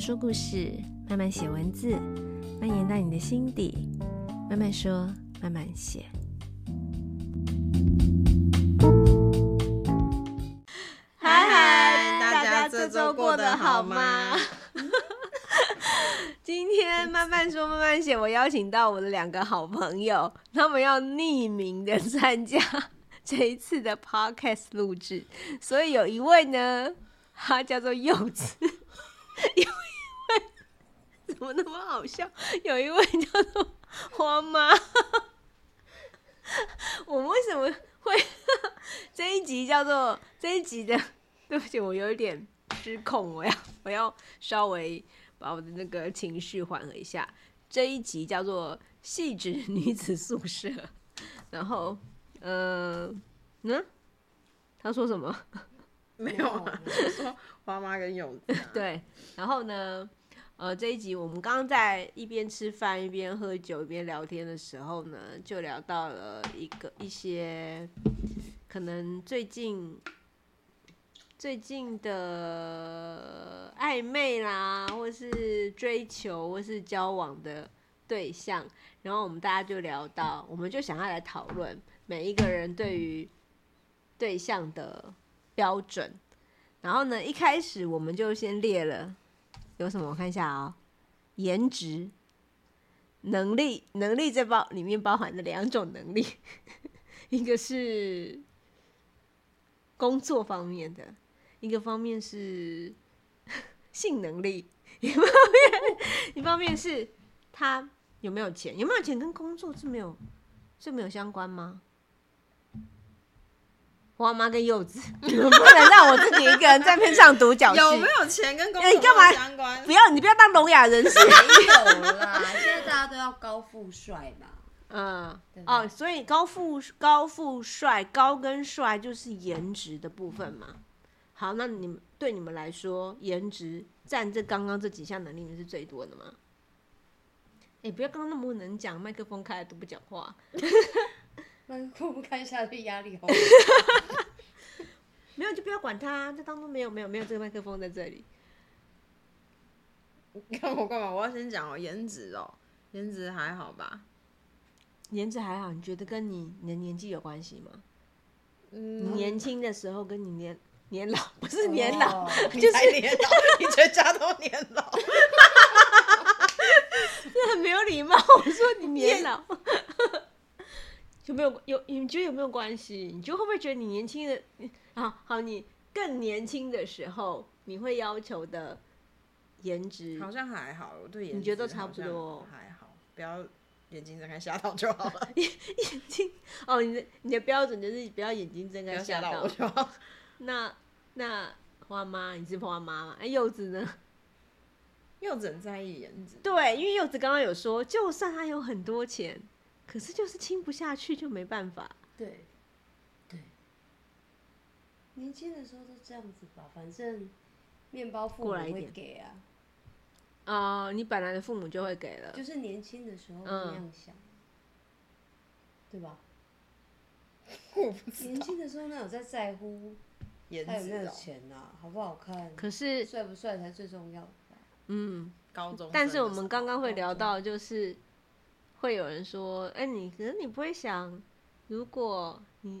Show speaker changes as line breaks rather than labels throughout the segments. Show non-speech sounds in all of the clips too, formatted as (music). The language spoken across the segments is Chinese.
说故事，慢慢写文字，蔓延到你的心底。慢慢说，慢慢写。
嗨嗨，
大家这周过得好吗？
(laughs) 今天慢慢说，慢慢写，我邀请到我的两个好朋友，他们要匿名的参加 (laughs) 这一次的 podcast 录制，所以有一位呢，他叫做柚子，有一位 (laughs) 怎么那么好笑？有一位叫做花妈。 (laughs) 我们为什么会 (laughs) 这一集叫做这一集的？对不起，我有一点失控，我要我要稍微把我的那个情绪缓和一下。这一集叫做《细致女子宿舍》，然后，呃，嗯，他说什么？ (laughs)
没有啊，我说花妈跟柚子、啊。
对，然后呢，呃，这一集我们刚刚在一边吃饭、一边喝酒、一边聊天的时候呢，就聊到了一个一些可能最近最近的暧昧啦，或是追求，或是交往的对象，然后我们大家就聊到，我们就想要来讨论每一个人对于对象的标准。然后呢，一开始我们就先列了有什么，我看一下啊、颜值、能力，能力这包里面包含的两种能力， (laughs) 一个是工作方面的，一个方面是性能力， (laughs) 一方面一方面是他有没有钱，有没有钱跟工作是没有是没有相关吗？花妈跟柚子， (laughs) 你们不能让我自己一个人在片上独角戏。
有没有钱跟工
哎
作
干嘛
相
(laughs)
关
不？要，你不要当聋哑人士。
没有啦，现在大家都要高富帅嘛。
嗯，
对吧
哦，所以高富高富帅高跟帅就是颜值的部分嘛。好，那你们对你们来说，颜值占这刚刚这几项能力里面是最多的吗？哎、不要刚刚那么不能讲，麦克风开了都不讲话。
那我们看下去压力好。
没有就不要管他，就当做没有没有没有这个麦克风在这里。
你看我干嘛？我要先讲哦，颜值哦，颜值还好吧？
颜值还好，你觉得跟你你的年纪有关系吗？你
嗯，
年轻的时候跟你年年老不是年老，
哦
就是年老， (laughs) 你全家都年
(laughs)
老。
很 (laughs) 没有礼貌。我说你年老， (laughs) 有没有有？你觉得有没有关系？你就会不会觉得你年轻的，好好，你更年轻的时候，你会要求的颜值
好像还好，我对颜值
你觉得都差不多
好像还好，不要眼睛睁开吓到就好了，
(laughs) 哦，你的你的标准就是不要眼睛睁
不
开
要吓
吓
到
到
我。就好。
(laughs) 那那花妈，你是花妈嘛？哎、柚子呢？
柚子很在意颜值，
(laughs) 对，因为柚子刚刚有说，就算他有很多钱，可是就是亲不下去，就没办法。
对，对，年轻的时候都这样子吧，反正面包父母
过来一
会
点
给啊，
啊、你本来的父母就会给了，
就是年轻的时候
嗯
那样想，对吧？
我不知
年
道
轻的时候哪有在在乎
颜
他有没
值
有
哦，
钱呐、好不好看，
可是，
帅不帅才最重要吧。
嗯，
高中。
但是我们刚。刚会
高
聊
中
到，就是会有人说：“哎、你可是你不会想，如果你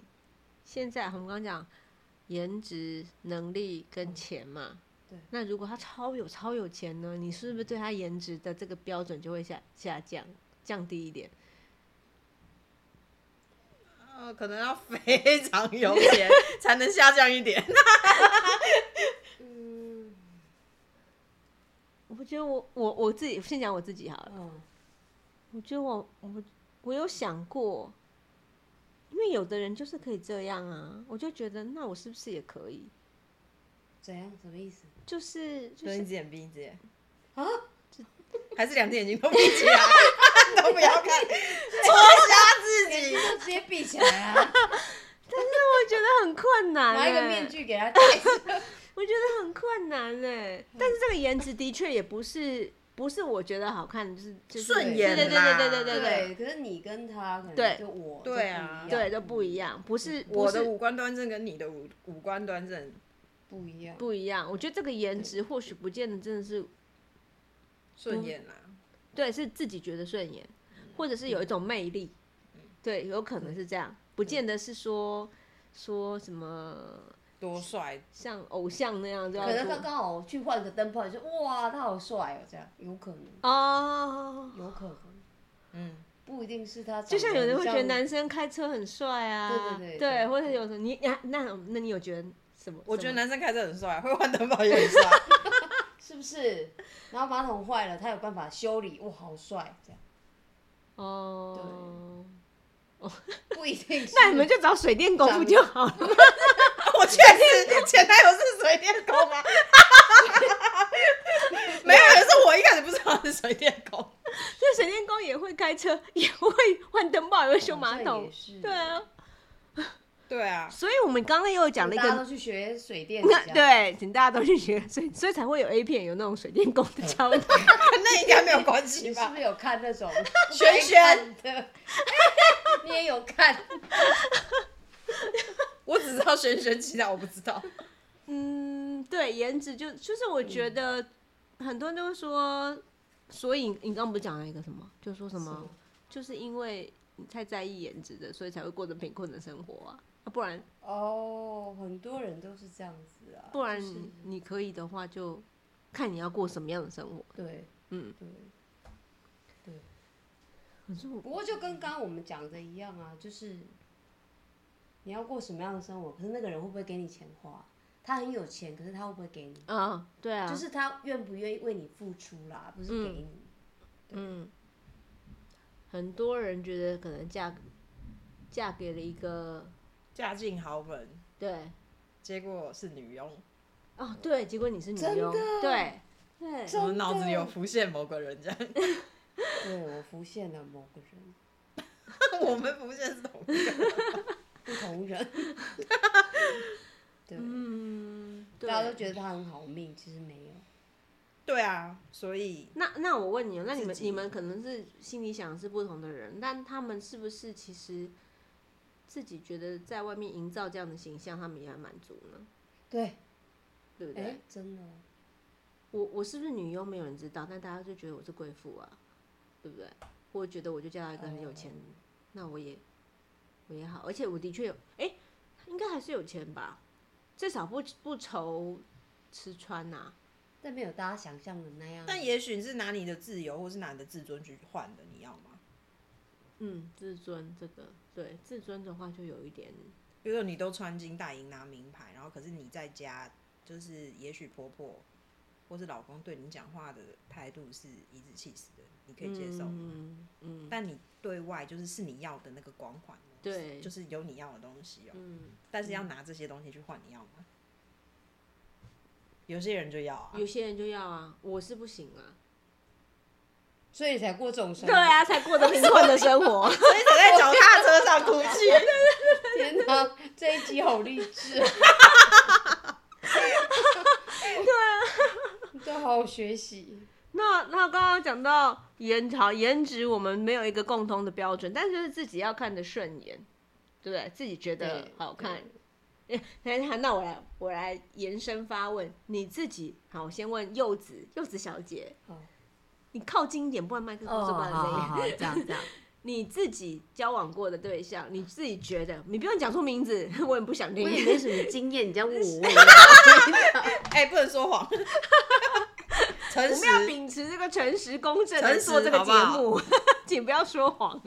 现在我们刚刚讲颜值、能力跟钱嘛，
对
那如果他超有超有钱呢，你是不是对他颜值的这个标准就会下下降降低一点？
呃，可能要非常有钱
(laughs)
才能下降一点。
嗯
我觉得我我我自己先讲我自己好了。”
嗯，
我觉得我我我有想过，因为有的人就是可以这样啊，我就觉得那我是不是也可以？
怎样？什么意思？
就是就
睁一
是
只眼闭一只眼，
啊？
还是两只眼睛都闭起来， (laughs) 都不要看，戳瞎自己
你。就直接闭起来啊，
我觉得很困难、
拿
欸，
一个面，具给他戴上。
我觉得很困难哎、
嗯
但是这个颜值的确也不是不是我觉得好看，就是就是
顺
眼
对对
啦
对对对对对
对，可是你跟他可
对
能就我
对啊
就不一样
对都不一，样，不是不
(laughs) 嗯我的
是
五官端正跟你的五五官端正，
不一样。
不一样。我觉得这个颜值或许不见得真的是
顺眼啦、
对，是自己觉得顺眼，
嗯
或者是有一种魅力，对，有可能是这样，不见得是说说什么
多帅，
像偶像那样就要
可能
做
刚刚好去换个灯泡，你说哇，他好帅哦，这样有可能，
哦，
有可能，
嗯，
不一定是他长得
就
很像。
像有人会觉得男生开车很帅啊，
对对
对，
对对
或者有时候你那那那你有觉得什么？
我觉得
什么
男生开车很帅，啊会换灯泡也很帅，
是不是？然后马桶坏了，他有办法修理，哇，好帅，这样
哦，
不一定是。
那你们就找水电工不就好了？(laughs)
(laughs) 我确实前男友是水电工啊，没有，可是我一开始不知道他是水电工，
这水电工也会开车，也会换灯泡，也会修马
好像
桶
也，是
对啊。
对 (laughs) 啊，
所以我们刚刚又讲了一
大家都
个，
去学水电，啊
那， (laughs) 对，请大家都去学，所以所以才会有 A 片有那种水电工的 (laughs) 教导。
跟那应该没有关系
你是
吧
不？是有看那
(laughs)
种
璇
(laughs)
璇
不该看的？你也有看？
(laughs) 我只知道玄玄其他我不知 (laughs) 道，
嗯，对，颜值就就是我觉得很多人都说，所以你刚刚不是讲了一个什么，就说什么，
什么
就是因为你太在意颜值的，所以才会过着贫困的生活啊，啊不然
哦，很多人都是这样子啊。
不然
就是
你你可以的话就看你要过什么样的生活。
对，
嗯，
对。
可是我
不过就跟刚刚我们讲的一样啊，就是你要过什么样的生活，可是那个人会不会给你钱花？他很有钱，可是他会不会给你？
啊，对啊，
就是他愿不愿意为你付出啦，不是给你。
嗯，很多人觉得可能嫁嫁给了一个
嫁进豪门，
对
结果是女佣，
哦对，结果你是女
真
佣
的，
对对，
真的
我脑子里有浮现某个人这样，
对我浮现了某个人，
(laughs) 我们浮现是同一个人， (laughs)
不同人。
(laughs)
对，
嗯，对
大家都觉得他很好命，其实没有。
对啊，所以
那那我问你哦，那你们
自己
你们可能是心里想的是不同的人，但他们是不是其实自己觉得在外面营造这样的形象，他们也很满足呢？
对，
对不对？
哎，真的哦，
我我是不是女佣没有人知道，但大家就觉得我是贵妇啊，对不对？或者觉得我就嫁到一个很有钱，
哦
那我也我也好，而且我的确有，哎、应该还是有钱吧，至少不不愁吃穿呐、
但没有大家想象的那样。
但也许是拿你的自由或是拿你的自尊去换的，你要吗？
嗯，自尊这个对自尊的话就有一点。
比如说你都穿金戴银拿名牌，然后可是你在家就是也许婆婆或是老公对你讲话的态度是颐指气使的，你可以接受。
嗯嗯
但你对外就是是你要的那个光环，
对
就是有你要的东西哦、
嗯，
但是要拿这些东西去换，你要吗？有些人就要啊，
有些人就要啊，我是不行啊。
所以才过这种生
对
活。
啊，才过得贫困的生活。
所以才在脚踏车上哭泣。
(laughs) 天哪，这一集好励
(laughs)
志。对啊，都好好学习。
(laughs) 那那刚刚讲到颜好颜值，我们没有一个共同的标准，但是就是自己要看得顺眼，对不对？自己觉得
对
好看。
对
(laughs) 那那那我来我来延伸发问，你自己好，我先问柚子柚子小姐，
好
你靠近一点，不然麦克风收不到你声音。
哦好，这样这样。
(laughs) 你自己交往过的对象，你自己觉得，你不用讲出名字， (laughs) 我也不想听
(laughs) 我。也没什么经验，你这样问我， (laughs)
哎、不能说 (laughs) 谎，诚
我们
实
要秉持这个诚实公正来
诚实
做这个
好
节
不好
目， (laughs) 请不要说谎。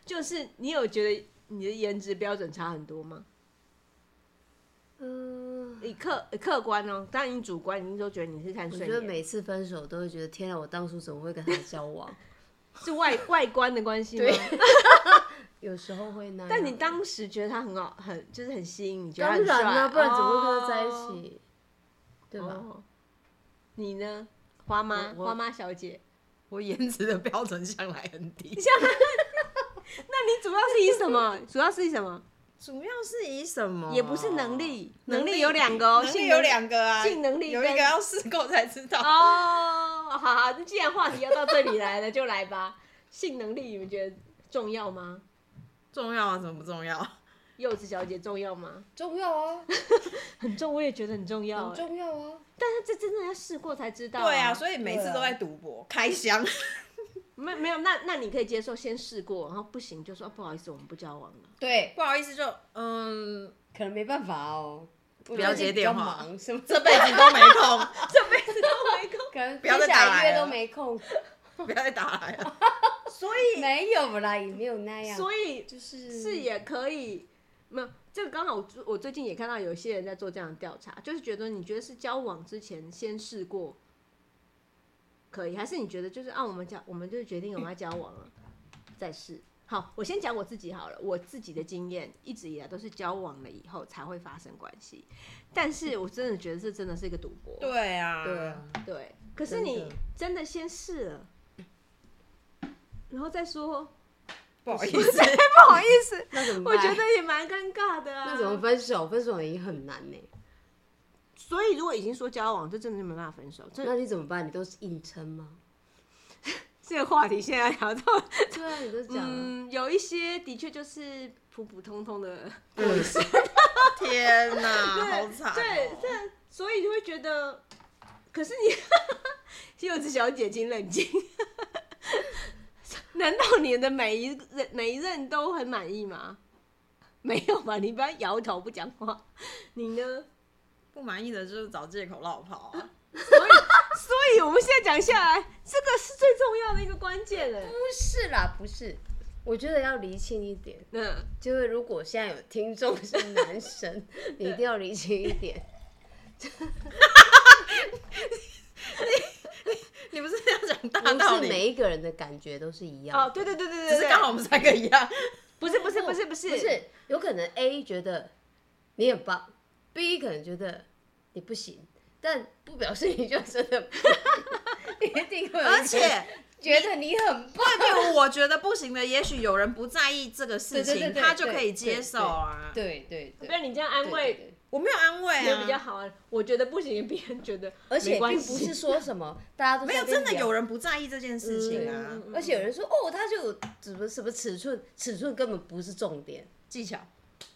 (laughs) 就是你有觉得你的颜值标准差很多吗？
嗯，
你客客观哦，当然你主观，你都觉得你是看
我
顺
觉得
眼，
每次分手都会觉得，天啊，我当初怎么会跟他交往？
是外 (laughs) 外观的关系吗？
有时候会那啊 (laughs) 样。
但你当时觉得他很好，很就是很吸引你，觉得他
当
很帅
然了，不然怎么会跟他在一？起？对
哦
吧？
哦你呢，花妈
我我
花妈小姐？
我颜值的标准向来很低，
那你主要是以什么？主要是以什么？
主要是以什么？
也不是能力，能
能
力有两个哦，
能
性
力有两个啊，
性能力
有一
跟
个要试过才知道。
(laughs) 哦。好好，那既然话题要到这里来了，就来吧。性能力你们觉得重要吗？
重要啊，怎么不重要？
柚子小姐重要吗？
重要啊，
很重，我也觉得很重要
很
欸。
重要啊。
但是这真的要试过才知道、
对啊，
啊，
所以每次都在赌博开箱。
没没有，那那你可以接受先试过，然后不行就说、啊不好意思，我们不交往了。
对，
(laughs) 不好意思就，嗯，
可能没办法哦。不
要接电话
忙什么？
这辈子都没空，
可能
不要再
接
打
下
来
来约
了
都没空，
(laughs) 不要再打来了。
所以
没有啦，也没有那样。
(laughs) 所以
就是
是也可以，没有这个刚好我最我最近也看到有些人在做这样的调查，就是觉得你觉得是交往之前先试过可以，还是你觉得就是啊我们交我们就是决定我们要交往了再试？好，我先讲我自己好了，我自己的经验一直以来都是交往了以后才会发生关系，但是我真的觉得这真的是一个赌博，
对啊，
对啊，
对，可是
真的
你真的先试了，然后再说，
不好意思，
不好意思，
那怎么
我
办？
觉得也蛮尴尬的啊。
那怎么分手？分手也很难呢、
所以如果已经说交往，这真的就没办法分手。这
那你怎么办？你都是硬撑吗？
这个话题现在聊到，
对啊，你都讲了，
嗯，有一些的确就是普普通通的，
(laughs) 天哪，好惨哦。
对这所以就会觉得，可是 (laughs) 你柚子小姐请冷静。 (laughs) 难道你的每一任每一任都很满意吗？没有吧？你不要摇头不讲话。你呢？
不满意的就是找借口落跑 (laughs) 啊。
所以我们现在讲下来，这个是最重要的一个关键了。
不是啦，不是。我觉得要厘清一点，
嗯，
就是如果现在有听众是男生， (laughs) 你一定要厘清一 (laughs) 点。
你不是要讲大
不
道
是
理？
每一个人的感觉都是一样的
哦，对对对对对，
只是
对
刚好我们三个一样。
不是不是不是不是
不是，有可能 A 觉得你很棒，B 可能觉得你不行，但不表示你就真的不行 (laughs) 一定会有一个
而且
觉得你很棒。
对对，我觉得不行的，也许有人不在意这个事
对对对
情，
对
他就可以接受啊。
对对对
被你这样安
对
慰
对
我没有安慰
也比较
啊，
好啊。我觉得不行，别人觉得
而且
没关
并
系
不是说什么大家都
没有
在那
真
边
的有
聊。
人不在意这件事情啊
嗯嗯。嗯
而且有人说哦，他就有什么什么尺寸，尺寸根本不是重点，
技巧，
(laughs)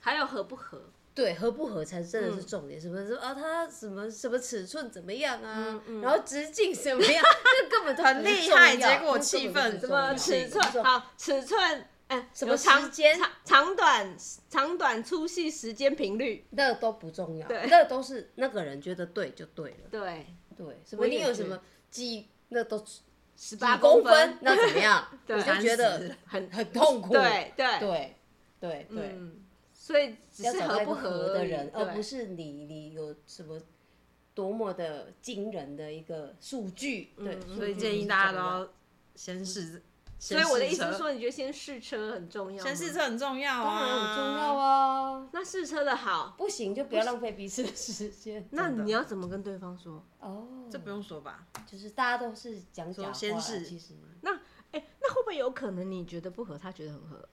还有合不合，
对合不合才真的
嗯
是重点。什么什么啊，他什么什么尺寸怎么样啊
嗯，嗯
然后直径怎么样， (laughs) 这根本就很
很厉害结果气氛
什
什
么
么
呃尺寸好，尺寸哎，
什么
有长
时间
长长短长短粗细时间频率，
那都不重要，
对
那都是那个人觉得对就对了，
对，
对，什
我
么
也
你有
觉
什
得
么几那都几
十八
公
分，
那怎么样？
(laughs) 对
我就觉得
很
很痛苦，
对对
对对对，
嗯，所以只
要
是
找到一
不
个
合
合的人，而不
是
是你你有什么多么的惊人的一个数据，对，
嗯
数
所以
据
建议
是
大家
重
都
要
要先试。
所以我的意思
先
是
试车，
说，你觉得先试车很重要吗？
先试车很重要
当
啊，
然很重要。啊，
那试车的好，
不行就不要浪费彼此的时间
那
真的
你要怎么跟对方说？
哦，
(laughs) 这不用说吧？
就是大家都是讲假
说
话啦，
先是 (laughs)
其实
哎、那会不会有可能你觉得不合，他觉得很合？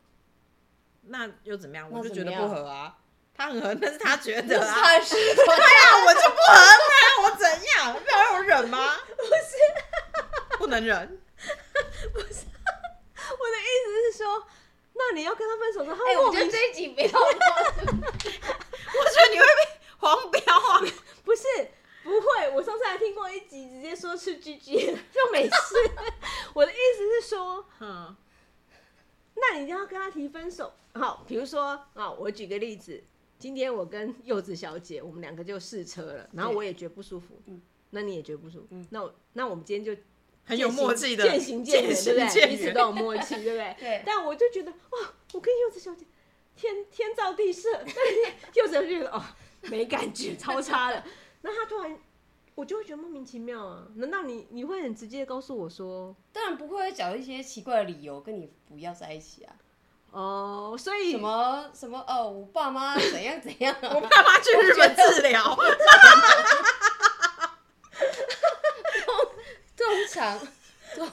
那又怎么样？
那
我就觉得
怎么样
不合啊。他很合，但是他觉
不
得
是
啊，
他
(laughs)
是说
那我就不合那我怎样？不要让我忍吗？不是，不能忍。
我的意思是说，那你要跟他分手的时候，
哎、
他
我
莫
觉得
名
这一集不要聊，
我觉得你会被黄标啊！
(laughs) 不是不会。我上次还听过一集，直接说是 GG 了就没事。 (laughs) 我的意思是说，
嗯，
那你一定要跟他提分手。好，比如说啊，我举个例子，今天我跟柚子小姐，我们两个就试车了，然后
对
我也觉得不舒服，
嗯
那你也觉得不舒服，
嗯
那我那我们今天就
很有默契的，
渐行渐远，对不
渐
对？
行
彼此
渐
都
远。
有默契，对不
(laughs)
对？
对
但我就觉得哇，我跟柚子小姐天天造地设，但是柚子小姐觉得哦没感觉，超差的。那她突然，我就会觉得莫名其妙啊！难道你你会很直接地告诉我说
当然不会找一些奇怪的理由跟你不要在一起啊，
哦、所以
什么什么哦，我爸妈怎样怎样、啊
我爸妈去日本治疗，
通 (laughs) 常通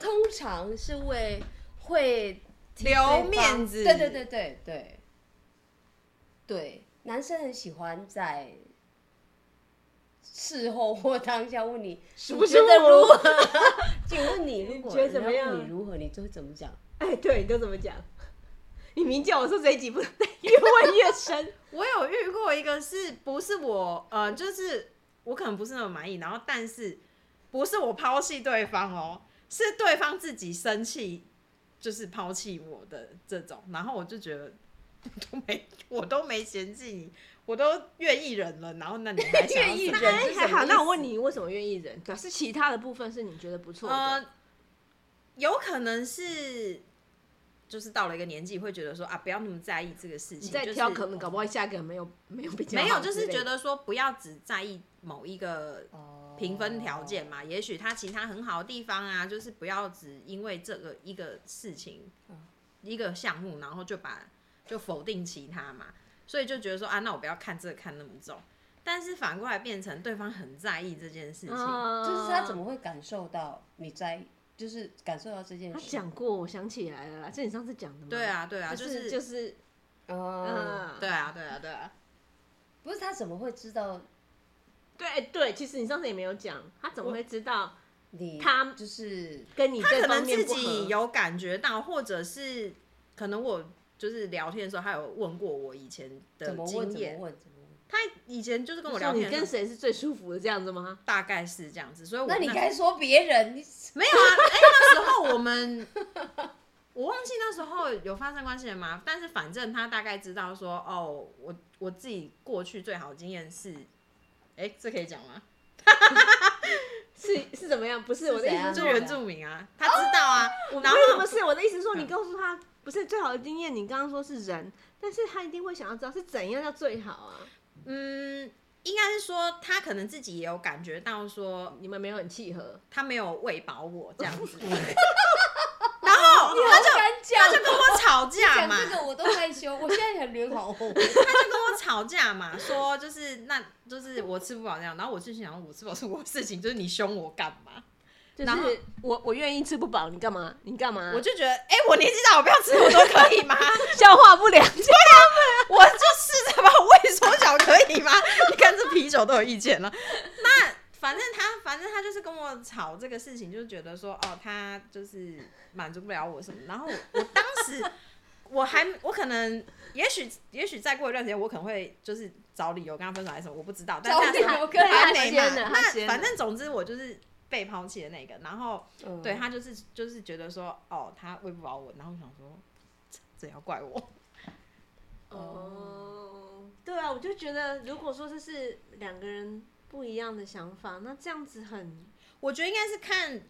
通常是为会提对
留
方
面子
对对对对对对，男生很喜欢在事后或当下问你
是
你
不是
觉得如
我 (laughs)
何？请问你如
你
果
觉得怎么
人家
样
问你如何，你就会怎么讲？
哎，对，你都怎么讲？你明叫我说这一集不越问越深，
我有遇过一个是不是我呃，就是我可能不是那么满意，然后但是不是我抛弃对方哦，是对方自己生气，就是抛弃我的这种，然后我就觉得嗯都没我都没嫌弃你，我都愿意忍了，然后那你 (laughs) 还想要
愿意
怎么
忍
样
是
哎
什
还
么
好。
意
那我问
思
你，为什么愿意忍？表示其他的部分是你觉得不错的。
呃，有可能是就是到了一个年纪，会觉得说啊，不要那么在意这个事
你
情。
再
就是哦
挑，可能搞不好下一个没有没有比较
没有，
好
就
之
是
类
觉
的
得说不要只在意某一个
哦
评分条件嘛。也许他其他很好的地方啊，就是不要只因为这个一个事情、
嗯
一个项目，然后就把就否定其他嘛。所以就觉得说啊，那我不要看这个看那么重。但是反过来变成对方很在意这件事情，
就是
是他怎么会感受到你在，就是感受到这件
他
事？
讲过，我想起来了啦，这你上次讲的吗？
对，啊，对啊，
就是就是，
哦，
嗯，
对啊，对啊，对啊。
不是他怎么会知道
对哎对，其实你上次也没有讲，他怎么会知道
你？
他
就是
跟你
他
这
可
方
能
面
自
不
己
合？
有感觉到，或者是可能我就是聊天的时候，他有问过我以前的
怎么问
经
怎么
验。
问怎么问？
他以前就是跟我
说
聊
你
天的
跟
时候，
谁是最舒服的这样子吗？
大概是这样子，所以我
那你哦该说别人，你
没有
(laughs)
啊？哎、那时候我们我忘记那时候有发生关系了吗？但是反正他大概知道说，哦，我我自己过去最好的经验是，哎、这可以讲吗？
是是怎么样？不是我的
怎
意
样
思
就是
我
说，
原住民啊，他知道
哦
啊，
我
然后
为什么是我的意思是说，你
嗯
告诉他不是最好的经验，你刚刚说是人，但是他一定会想要知道是怎样叫最好啊？
嗯，应该是说他可能自己也有感觉到说，
你们没有很契合，
他没有喂饱我这样
(laughs)
子，
然后他就敢
他
讲，
就跟我吵架
讲
嘛，
这个我都害羞，我现在很脸好红。
他就跟我吵架嘛，说就是那就是我吃不饱这样，然后我就想我吃不饱是我的事情，就是你凶我干嘛？
就
然后
是我我愿意吃不饱，你干嘛？你干嘛？
我就觉得哎、我年纪大，我不要吃我都可以吗？
(laughs) 消化不良，
我就试着把胃缩小可以吗？ (laughs) 你看这啤酒都有意见了。那反正他，反正他就是跟我吵这个事情，就觉得说，哦，他就是满足不了我什么。然后我我当时 (laughs) 我还我可能，也许也许再过一段时间，我可能会就是找理由跟他分手还是什么，我不知道。但
找
那时
理
候
由跟
还
他
没
先
嘛
了。他先
那
了
反正总之我就是被抛弃的那个。然后
嗯
对，他就是就是觉得说，哦，他喂不饱我，然后我想说，这这要怪我。
哦，对啊，我就觉得，如果说这是两个人不一样的想法，那这样子很
我觉得应该是看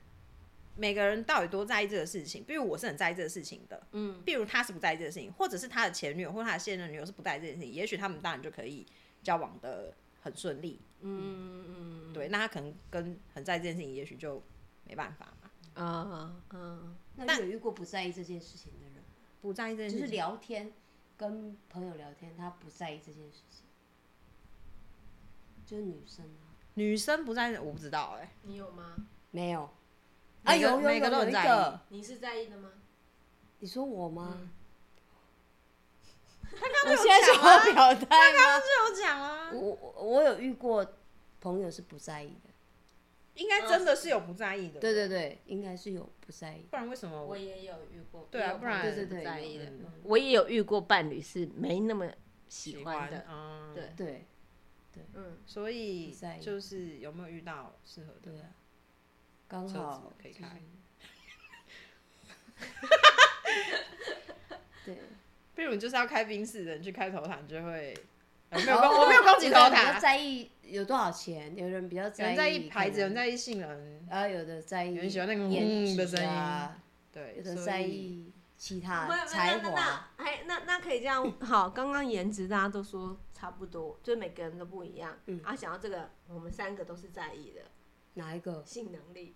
每个人到底多在意这个事情。比如我是很在意这个事情的，
嗯，
比如他是不在意这个事情，或者是他的前女友或他的现任女友是不在意这件事情，也许他们当然就可以交往的很顺利。
嗯嗯
对，那他可能跟很在意这件事情，也许就没办法嘛。
啊嗯，
那你有遇过不在意这件事情的人？
不在意这件
就
事
是
情，
聊天，跟朋友聊天，他不在意这件事情，就是女生啊，
女生不在意，我不知道哎、
你有吗？
没有啊，
每个
有有
每个都
有有
很
一
在
个，
你是在意的吗？
你说我吗 (laughs)
嗯？
刚
我
有
现在
讲
想
啊
要表态吗？
这有讲啊，
我我我有遇过朋友是不在意的，
应该真的是有不在意的，
对对对，应该是有不在意的，
不然为什么我
也有遇过，
对啊也有不然
对对对，
不在意的嗯
有，有有
我也有遇过伴侣是没那么喜欢的，
啊？
对
对
嗯，
所以
不在意
就是有没有遇到适合的
对？啊，刚
车
好
子可以
啊就是
开，
对。
比如你就是要开冰室的，你去开头塔，你就会、
(laughs)
呃没有攻，我没有攻击头
有的人比较
塔，
在意有多少钱，有人比较
有
在
人
意，
在意牌子，有人在意性能，
啊，有的在意，
有人喜欢那个
颜
嗯的
值啊，
对，
有的
所
在
以
意其他
不是
才
那那
华，
那哎，那那可以这样，好，刚刚颜值大家都说差不多，就是每个人都不一样，
嗯
啊，想到这个，我们三个都是在意的，
哪一个？
性能力，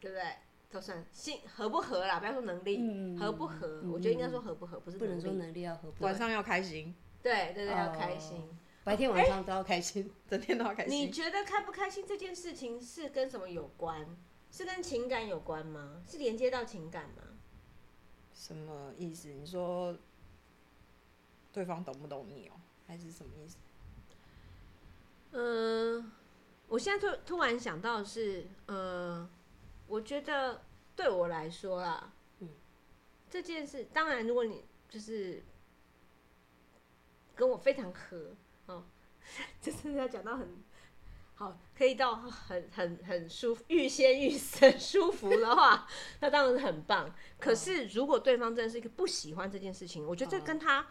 对不对？都算性合不合啦，不要说能力，
嗯
合不合？
嗯
我觉得应该说合不合，不是
不能
力
说能力要合不
晚
来，
上要开心，
对对对，要开
哦
心。
白天
哎
晚上都要开心。
整天都要开
你
心。
觉得开不开心这件事情是跟什么有关？是跟情感有关吗？是连接到情感吗？
什么意思？你说对方懂不懂你哦、还是什么意思？
嗯，我现在突突然想到的是，呃，我觉得对我来说啦，
嗯
这件事，当然如果你就是跟我非常合哦， (laughs) 这真的要讲到很好，可以到很很很舒服，欲仙欲死，很舒服的话，那当然是很棒。可是如果对方真的是一个不喜欢这件事情，我觉得这
哦
跟他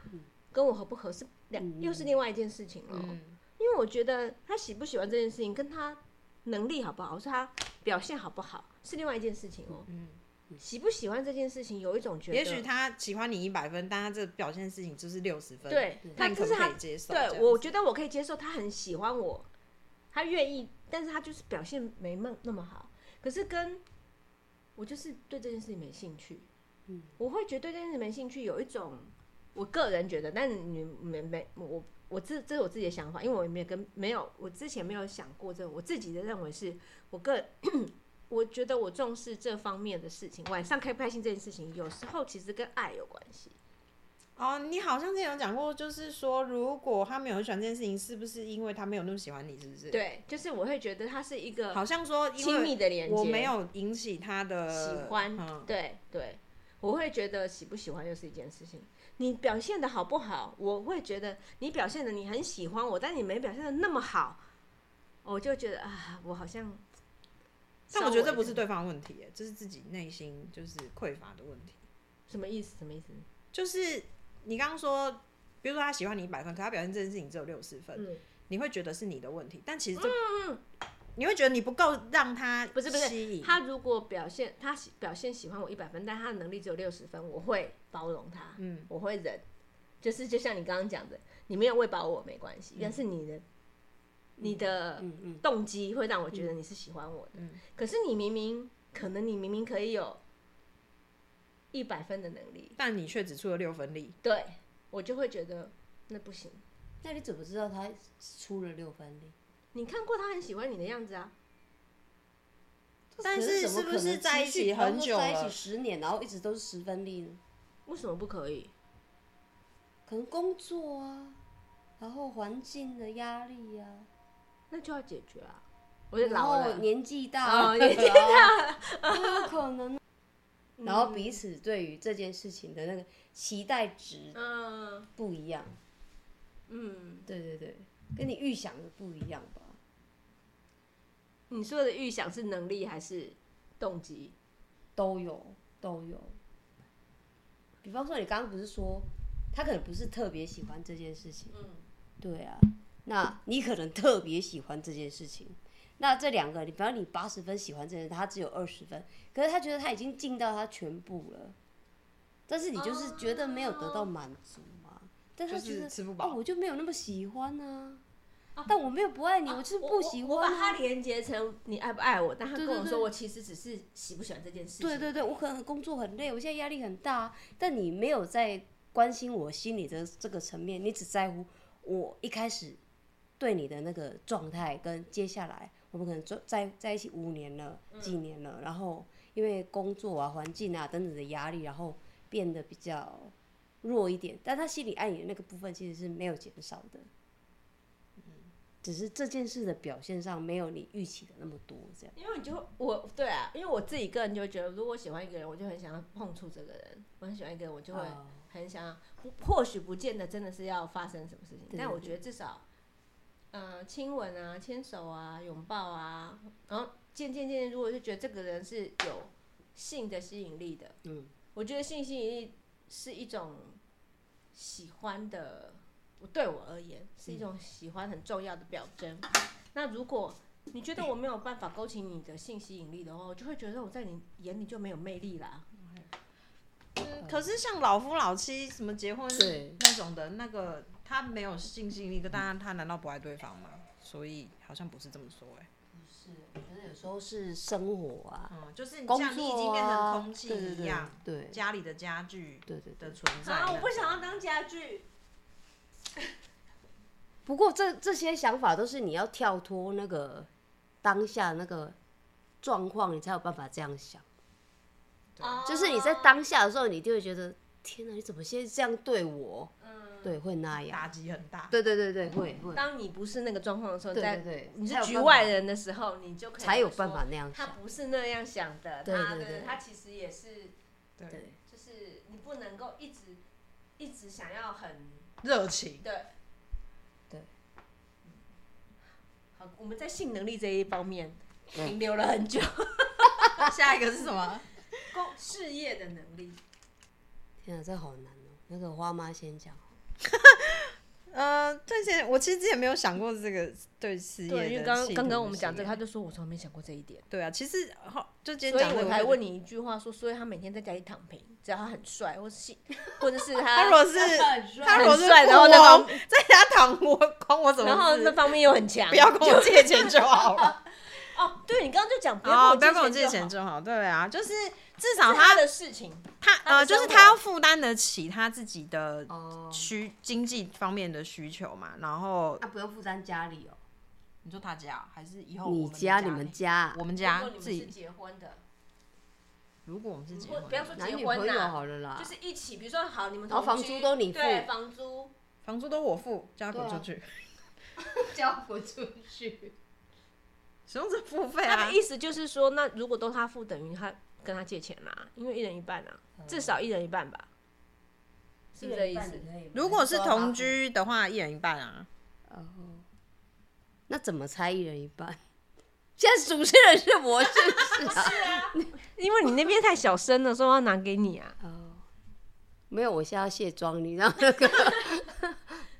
跟我合不合是两又是另外一件事情了。
哦
嗯，
因为我觉得他喜不喜欢这件事情，跟他能力好不好，是他表现好不好，是另外一件事情哦。
嗯
喜不喜欢这件事情，有一种觉得，
也许他喜欢你一百分，但他这表现事情就是六十分，，
对他
那你可
就
不
是
可
他
以，接受？这
对
样
我觉得我可以接受，他很喜欢我，他愿意，但是他就是表现没那那么好。可是跟我就是对这件事情没兴趣，
嗯，
我会觉得对这件事情没兴趣，有一种我个人觉得，但你没没我我这这是我自己的想法，因为我也没有跟没有我之前没有想过这个，我自己的认为是我个 (clears throat) 我觉得我重视这方面的事情，晚上开不开心这件事情，有时候其实跟爱有关系。
哦，你好像之前有讲过，就是说如果他没有很喜欢这件事情，是不是因为他没有那么喜欢你？是不是？，
对，就是我会觉得它是一个
好像说因
亲
为
密的连接，
我没有引起他的
喜欢，
嗯，
对对，我会觉得喜不喜欢又是一件事情。你表现的好不好，我会觉得你表现的你很喜欢我，但你没表现的那么好，我就觉得啊，我好像。
但我觉得这不是
稍微
对方的问题耶，这是自己内心就是匮乏的问题。
什么意思，什么意思？
就是你刚刚说，比如说他喜欢你一百分，可他表现这件事情只有六十分，
嗯，
你会觉得是你的问题，但其实这，你会觉得你不够让他
不是不是
吸引，
他如果表现他喜表现喜欢我一百分，但他的能力只有六十分，我会包容他，
嗯，
我会忍。就是就像你刚刚讲的，你没有喂饱我没关系，
嗯
但是你的、你的
嗯嗯，
动机会让我觉得你是喜欢我的。
嗯
可是你明明可能你明明可以有一百分的能力，
但你却只出了六分力，
对我就会觉得那不行。
那你怎么知道他出了六分力？
你看过他很喜欢你的样子啊，
但
可
是
是
是不是在
在
一起很久
在一
了
起？十年，然后一直都是十分力呢？
为什么不可以？
可能工作啊，然后环境的压力啊，
那就要解决啊！我就
然
老
后
了，
年纪大， (laughs)
哦年纪哦
大，都有可能。
嗯
然后彼
此
此对于这件事情的那个期待值
嗯
不一样，
嗯，
对对对，跟你预想的不一样吧？
你说的预想是能力还是动机？
都有都有。比方说，你刚刚不是说他可能不是特别喜欢这件事情，
嗯，
对啊，那你可能特别喜欢这件事情。那这两个，你比方你八十分喜欢这件事，他只有二十分，可是他觉得他已经尽到他全部了，但是你就是觉得没有得到满足嘛，但他
就
觉
是
得
吃不
哦，
饱。
我就没有那么喜欢啊，但我没有不爱你，我就是不喜
啊我我
欢、
把它
啊。
连接成你爱不爱我，但他
对
跟
对
我
对
说我其实只是喜不喜欢这件事情。
对对对，我可能工作很累，我现在压力很大，啊但你没有在关心我心里的这个层面，你只在乎我一开始对你的那个状态，跟接下来我们可能在在在一起五年了，几年了，然后因为工作啊、环境啊等等的压力，然后变得比较弱一点，但他心里爱你的那个部分其实是没有减少的。嗯嗯只是这件事的表现上没有你预期的那么多，这样。
因为你就我对啊，因为我自己个人就会觉得，如果喜欢一个人，我就很想要碰触这个人；我很喜欢一个人，我就会
哦
很想要。不，或许不见得真的是要发生什么事情，
对
但
对
我
对
觉得至少，呃，亲吻啊、牵手啊、拥抱啊，然后渐渐渐渐，如果就觉得这个人是有性的吸引力的，
嗯，
我觉得性吸引力是一种喜欢的，我对我而言
嗯
是一种喜欢很重要的表征。那如果你觉得我没有办法勾起你的性吸引力的话，我就会觉得我在你眼里就没有魅力啦。
嗯可是像老夫老妻什么结婚
对
那种的，那个他没有性吸引力，但他他难道不爱对方吗？所以好像不是这么说哎、
是，我觉得有时候是生活啊，
嗯，就是你
工
像
作啊，
你已经变成空气
对对
一样，
对对
家里的家具
对对对
的。存在。
啊，我不想要当家具。
不过这这些想法都是你要跳脱那个当下那个状况，你才有办法这样想。
对
哦
就是你在当下的时候，你就会觉得天哪，你怎么现在这样对我？
嗯，
对，会那
打
样。
击很大。
对对对对，会会。
当你不是那个状况的时候，
对
在
对对，
你
才
是
有
局
办法
外人的时候，你就可以
才有
说
办法那样
他
想。
不是那样想的，
对
他
对
的
对
他其实也是
对
对
就是你不能够一直一直想要很
热情， (laughs)
对嗯
对。
好，我们在性能力这一方面
嗯
停留了很久， (laughs)
下一个是什么？
工事业的能力，
天啊，这好难哦、那个花妈先讲，
呃，对，现在我其实之前没有想过这个对事业的
因为刚
企图
刚刚我们
是
讲这个，他就说我从来没想过这一点，
对啊，其实后就今天
所以
讲这
我
个
才问
你，
你一句话说，所以他每天在家里躺平，只要他很帅，或是性，或者
(laughs)
是他
他如果是他如果是
很帅然后
富
在
翁
旁
在家躺我，关我怎么
然后
事
那方面又很强，
不要跟我借钱就好了。
哦，对你刚刚就讲不
(laughs) 哦，
要
不要跟我
借
借
钱
钱
就
就好。对啊，就是至
好，
少
是他
他
的事情，
他
他的
呃，就是
生
他
活
要负担得起他自己的
哦，
需经济方面的需求嘛。然后
那、不用负担家里哦、
你说他家还是以后
你家你们家啊，
我们
如
家
果你们
自
是
己？
结婚的，
如果我们是结
不
婚，
不要说
男女
结
朋
婚
友
呐
好了
啊
啦，
就是一起，比如说好，你们
然
同
后房
居
租都你
对
付
房租，
房租都我付，叫他滚
对啊
出去，
交不出去。
使用者付费
他
啊
的。意思就是说，那如果都他付，等于他跟他借钱啦，因为一人一半啊，至少一人一半吧，是不是这意思？
如果是同，居的话，一人一半啊。
哦，那怎么猜一人一半？ (laughs) 现在主持人是我，是不是、啊？
因为你那边太小声了，说要拿给你 (laughs) 啊。
哦，没有，我现在要卸妆，你让那 (laughs) 个，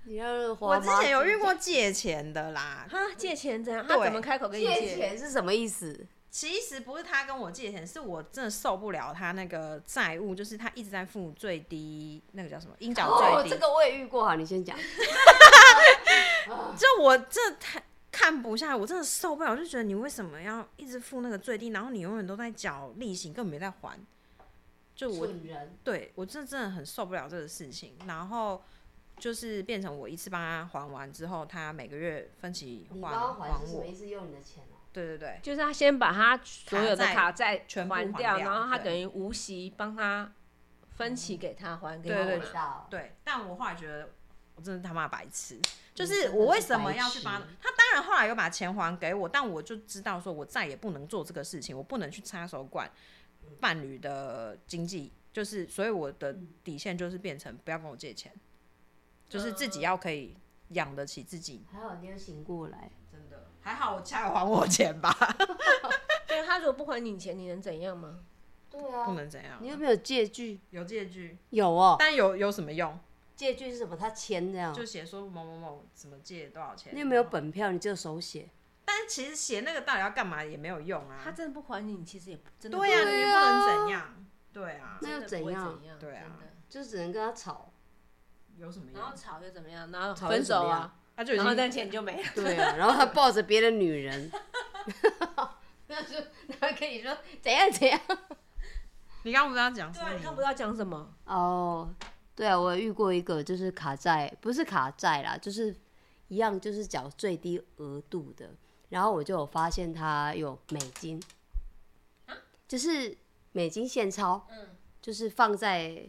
你让那个花
我之前有遇
妈
过借钱的啦，
哈，借钱怎样？他
对
怎么开口跟
知
你
道，
借？
借钱是哦什么意思？
其实不是他跟我借钱，是我真的受不了他那个债务，就是他一直在付最低那个叫什么应缴
哦，
最低，
这个我也遇过，好，你先讲。
就我这太看不下来，我真的受不了，我就觉得你为什么要一直付那个最低，然后你永远都在缴利息，根本没在还。就我
损人，
对我真的真的很受不了这个事情，然后就是变成我一次帮他还完之后，他每个月分期
你
还
帮还是什
我
么，意思？用你的钱哦、
对对对，
就是他先把他所有的
卡债
卡债
全部
还
还
掉，
掉
然后他
对
等于无息帮他分期给他还给他
对嗯对
嘛
好伟大哦
对，但我后来觉得我真的他妈白痴，就
你
是
嗯真的
我为
是
什么
白
要去帮他
痴？
他当然后来又把钱还给我，但我就知道说我再也不能做这个事情，我不能去插手管伴侣的经济，就是所以我的底线就是变成不要跟我借钱，就是自己
呃
要可以养得起自己。
还好你有醒过来。
真的还好，我家有还我钱吧，
对他如果不还你钱，你能怎样吗？
对
不
啊，
能怎样
你，有没有借据？
有借据，
有哦，
但有有什么用？
借据是什么？他签这样。
就写说某某某怎么借多少钱，
你有没有本票？你只有手写。
但其实写那个到底要干嘛也没有用啊。
他真的不还你，你其实也不真的
对呀、
不
你
会
也不能怎样。对啊，
那又
真的不会
怎样
怎样
对啊
真的
就只能跟他吵。
有什么
然后吵又怎么样？然后
吵
分
又怎么
手
样
啊，
他就已
然后
经
但钱就没了。
对啊，然后他抱着别的女人， (laughs) 他说，他跟你说怎样怎样。
你刚刚不是要讲
对啊，你看不知道讲什么。
哦，对啊，我有遇过一个就是卡债，不是卡债啦，就是一样就是缴最低额度的，然后我就有发现他有美金，就是美金现钞，
嗯
就是放在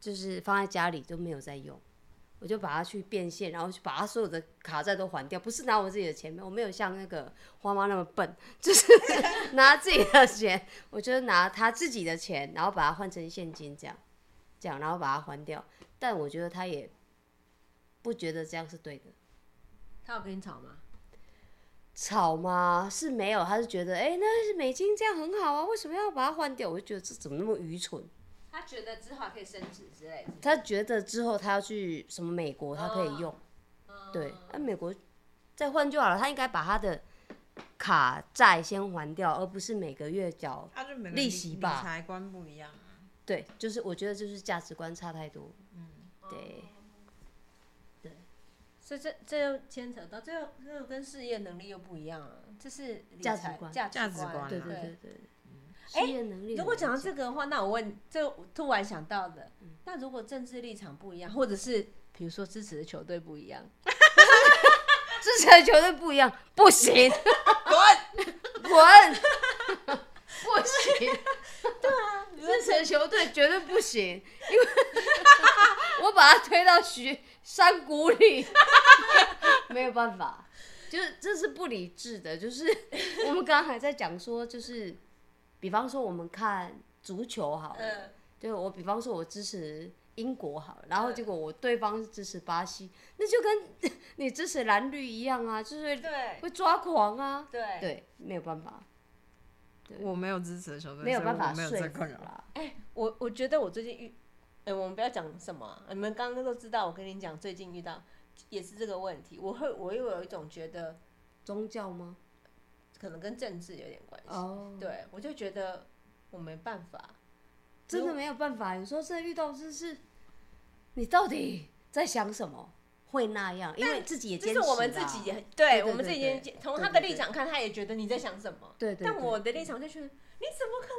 就是放在家里都没有在用。我就把它去变现，然后去把它所有的卡债都还掉，不是拿我自己的钱，我没有像那个花妈那么笨，就是 (laughs) 拿自己的钱，我就是拿他自己的钱，然后把它换成现金这样，这样然后把它还掉。但我觉得他也不觉得这样是对的，
他有跟你吵吗？
吵吗？是没有，他是觉得哎、诶那是美金这样很好啊，为什么要把它换掉？我就觉得这怎么那么愚蠢？
他觉得之后还可以升值之类的。
他觉得之后他要去什么美国，他可以用，
嗯
对，那、美国再换就好了。他应该把他的卡债先还掉，而不是每个月缴
他就每个
利息吧
理财观不一样啊。
对，就是我觉得就是价值观差太多。
嗯，
对，
哦所以这这又牵扯到这又这又跟事业能力又不一样啊，这是理
价
财
值观
价
价值观啊
观
对对对对。哎，业能力
如果讲到这个的话，那我问，这我突然想到的，
嗯
那如果政治立场不一样，或者是比如说支持的球队不一样，
支持的球队不一样，不行，滚
(laughs)
滚，不行，
啊
支持的球队绝对不行，因为 (laughs) 我把他推到徐山谷
(laughs)
里，没有办法，就是这是不理智
(laughs)
的，就是我们刚刚还在讲说，就是比方说我们看足球好了。
嗯，
就是我比方说我支持英国好了，然后结果我对方是支持巴西，那就跟 (laughs) 你支持蓝绿一样啊，就是
对
会抓狂啊。
对，
对，没有办法，
我没有支持的球队，
没有
所以
办法
我没有
说
这
服
困扰。
啦。
我我觉得我最近遇，哎、我们不要讲什么啊、你们刚刚都知道。我跟你讲，最近遇到也是这个问题。我会，我又有一种觉得，
宗教吗？
可能跟政治有点关系。
哦，
对，我就觉得我没办法。
真的没有办法。有时候真的遇到真是，你到底在想什么？会那样，因为自己也
这
坚持
是
啦，
我们自己也，对
对对
我们自己也
对对
从
对
他的
对对
立场看，他也觉得你在想什么。
对对对
但我的立场就觉得，你怎么可能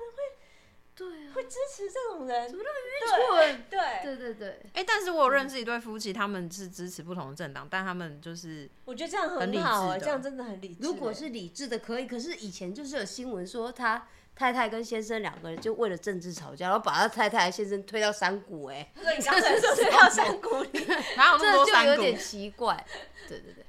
对啊，
会支持这种人？
对
对，
对对对，
哎、但是我有认识一对夫妻，他们是支持不同的政党，但他们就是
我觉得这样
很理
很好
智
啊、
的
这样真的很理智欸、
如果是理智的可以，可是以前就是有新闻说他太太跟先生两个人就为了政治吵架，然后把他太太和先生推到山谷、哎，
所以你刚才说是要山谷
(laughs)
里，
哪有那么
这
多
就
山
有
谷？
点奇怪。对对对，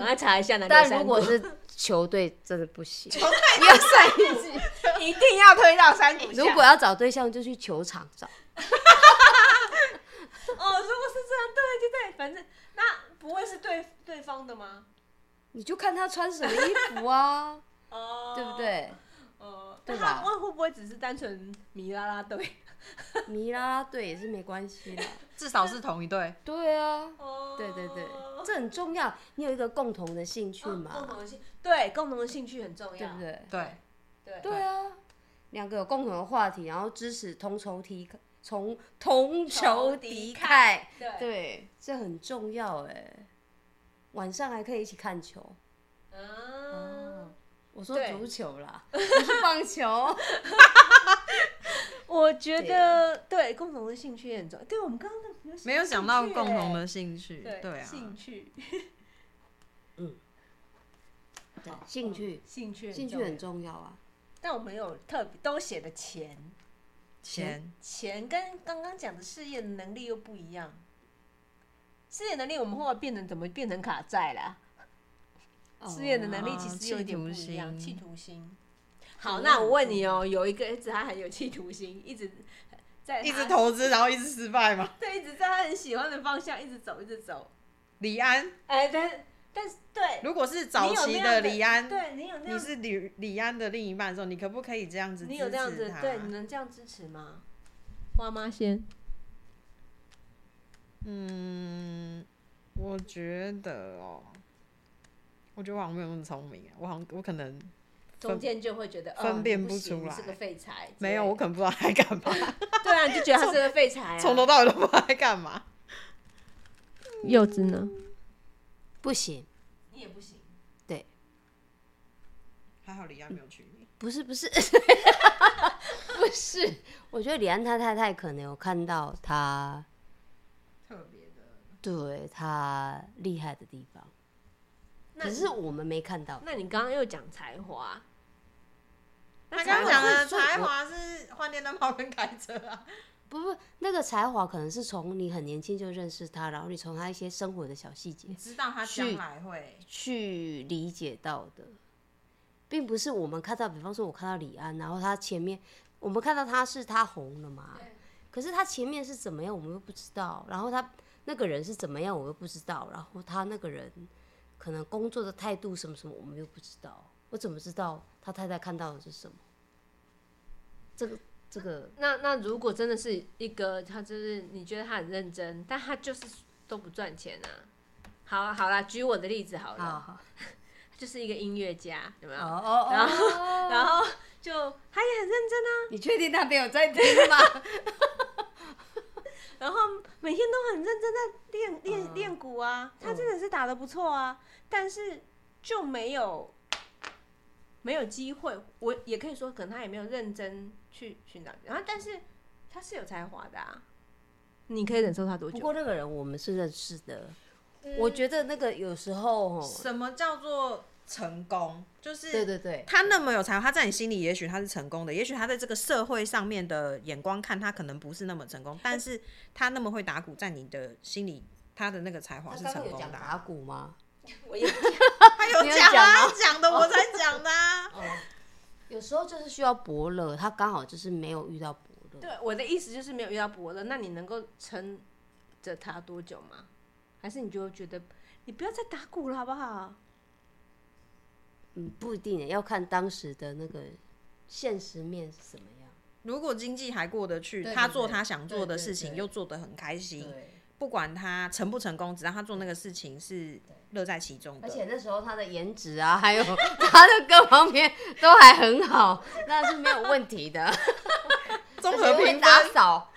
我来
但
查一下哪里有
但
山
如
谷 (laughs)
果是球队，真的不行，球队要算一季。
一定要推到山谷下
如果要找对象，就去球场找。
哦，如果是这样，对对对，反正那不会是对对方的吗？
你就看他穿什么衣服 (laughs) 啊，
哦，
对不？对？
哦，
对
那他
吧
会会不会只是单纯迷啦啦队？
迷啦啦队也是没关系啦。
至少是同一对。
对啊，
哦，
对对对，这很重要。你有一个共同的兴趣
哦
嘛
共，同的兴对共同的兴趣很重要，
对不？对？
对，
对
对啊，两个有共同的话题，然后支持同仇敌从同仇敌忾，
对
对，这很重要哎。晚上还可以一起看球，
嗯
哦
啊，
我说
对
足球啦， (laughs) 不是棒球。
我觉得
啊
对共同的兴趣也很重要。对我们刚刚的
没有想到
兴趣
共
欸
同的兴趣。对啊，
兴趣，
(laughs) 对兴趣，
兴趣，
兴趣很，重要啊。
但我们有特别都写的钱，
钱
钱跟刚刚讲的事业能力又不一样。事业能力我们后来变成怎么变成卡债啦？
哦
事业的能力其
啊
实有一点不一样，
企
企
图
图心。好，
嗯
那我问你哦、有一个一直他很有企图心，一直在哎他
一直投资，然后一直失败嘛。
对，一直在他很喜欢的方向一直走，一直走。
李安，
哎、但但是对，
如果是早
你有
期
那样
李安，
对你有那
你
样，
是李李安的另一半的时候，你可不可以这样子？
你有这样子，对，你能这样支持吗？花妈先，
嗯，我觉得哦，我觉得我好像没有那么聪明啊，我好像我可能
中间就会觉得
分
哦
辨
你
不
行
出
你是
来
个废材之类的。
没有，我可能不知道他在干嘛， (laughs)
对啊，你就觉得他是个废材啊。
从
(laughs)
头到尾都不知道他在干嘛。
柚子呢？
不行，
(laughs) 你也不行。
(laughs) 还好李安没有娶你，
不是不 (laughs) 是，不是。我觉得李安他太太可能有看到他
特别的
对他厉害的地方，
那
可是我们没看到。
那你刚刚又讲才华，那
他刚
才
刚
华
讲的
会说
才
我
华是换电灯泡跟开车啊，
不不，那个才华可能是从你很年轻就认识他，然后你从他一些生活的小细节
你知道他
是
将来会
去理解到的，并不是我们看到，比方说我看到李安，然后他前面我们看到他是他红了嘛，可是他前面是怎么样，我们又不知道，然后他那个人是怎么样，我又不知道，然后他那个人可能工作的态度什么什么，我们又不知道，我怎么知道他太太看到的是什么？这个这 (laughs) 个
那那如果真的是一个他就是你觉得他很认真，但他就是都不赚钱啊。好啊好啦，举我的例子好了，
啊，
就是一个音乐家，有没
哦
有？
哦，
然
后
然后就他也很认真啊，
你确定他没有在听吗？
然后每天都很认真在练练
嗯
练鼓啊，他
嗯
真的是打的不错啊，但是就没有没有机会，我也可以说可能他也没有认真去寻找，然后但是他是有才华的啊，你可以忍受他多
(laughs) 不
久？
过那个人我们是认识的，我觉得那个有时候哦，
什么叫做成功，就是
对对对，
他那么有才华，他在你心里也许他是成功的，也许他在这个社会上面的眼光看他可能不是那么成功，但是他那么会打鼓，在你的心里，他的那个才华是成功的啊、
鼓吗？
我也
他有
你有
讲
讲
啊
吗，哦
他讲的我才讲的、啊。
有时候就是需要伯乐，他刚好就是没有遇到伯乐，的。
对，我的意思就是没有遇到伯乐，那你能够撑着他多久吗？还是你就觉得你不要再打鼓了，好不好？
嗯，不一定耶，要看当时的那个现实面是什么样。
如果经济还过得去，
对
他
对
做
对
他想做的
对对
事情，
对
又做得很开心，
对，
不管他成不成功，只要他做那个事情是乐在其中的。
而且那时候他的颜值啊，还有 (laughs) 他的各方面都还很好，那是没有问题的。
(laughs) 综
而
合
且会
评
打
分，
扫，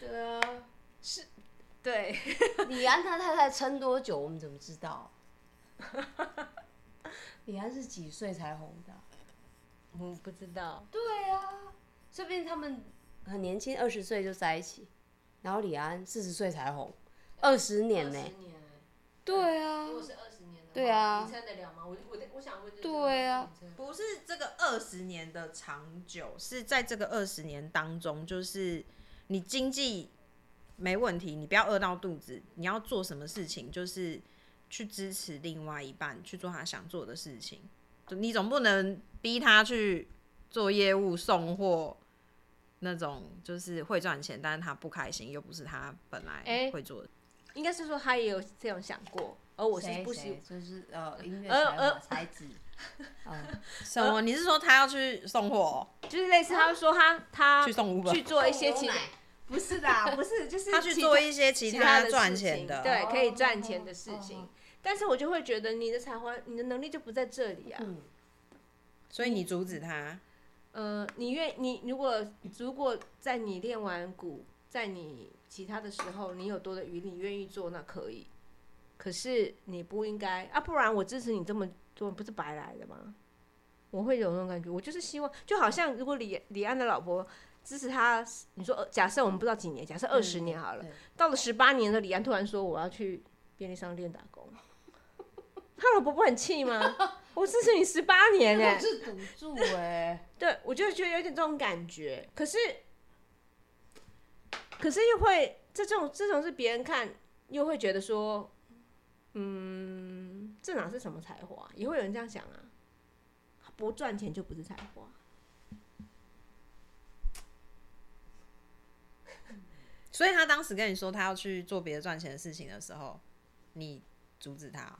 对啊，是，对，
李安他太太撑多久，我们怎么
(laughs)
知道？李安是几岁才红的啊？
(laughs) 我不知道，
对啊，说不定他们很年轻，二十岁就在一起，然后李安四十岁才红，二十年呢、
年欸
对啊，
是二十年的话
对啊
撑得了吗？我我的我想问就是
对啊
你撑得了吗，
不是这个二十年的长久，是在这个二十年当中，就是你经济没问题，你不要饿到肚子，你要做什么事情，就是去支持另外一半去做他想做的事情。就你总不能逼他去做业务、送货那种，就是会赚钱，但是他不开心，又不是他本来
哎
会做的。
应该是说他也有这种想过，而我是
谁
不
谁
喜，
就是呃音乐
呃
才
呃
华
(laughs)
才子，呃，
什么？你是说他要去送货
就是类似
啊
他说他他
去送 Uber
去做一些
送
其
牛奶
不是的，不是就是
他去
其
做一些其
其
他
的
赚
事
钱
情
的？
对，可以
哦
赚钱的事
哦
情
哦。
但是我就会觉得你的才华、你的能力就不在这里啊。
嗯，
所以你阻止他。
呃，你愿你如果如果在你练完鼓，在你其他的时候，你有多的余力，你愿意做，那可以。可是你不应该啊，不然我支持你这么做，不是白来的吗？我会有那种感觉，我就是希望，就好像如果李李安的老婆支持他，你说呃假设我们不知道几年，假设二十年好了，
对
到了十八年的李安突然说我要去便利商店打工，他老婆不很气吗？我支持你十八年哎、
这是赌注哎、
对，我就觉得有点这种感觉。可是，可是又会这种这种是别人看，又会觉得说，嗯，这哪是什么才华？也会有人这样想啊，不赚钱就不是才华。
所以他当时跟你说他要去做别的赚钱的事情的时候，你阻止他哦。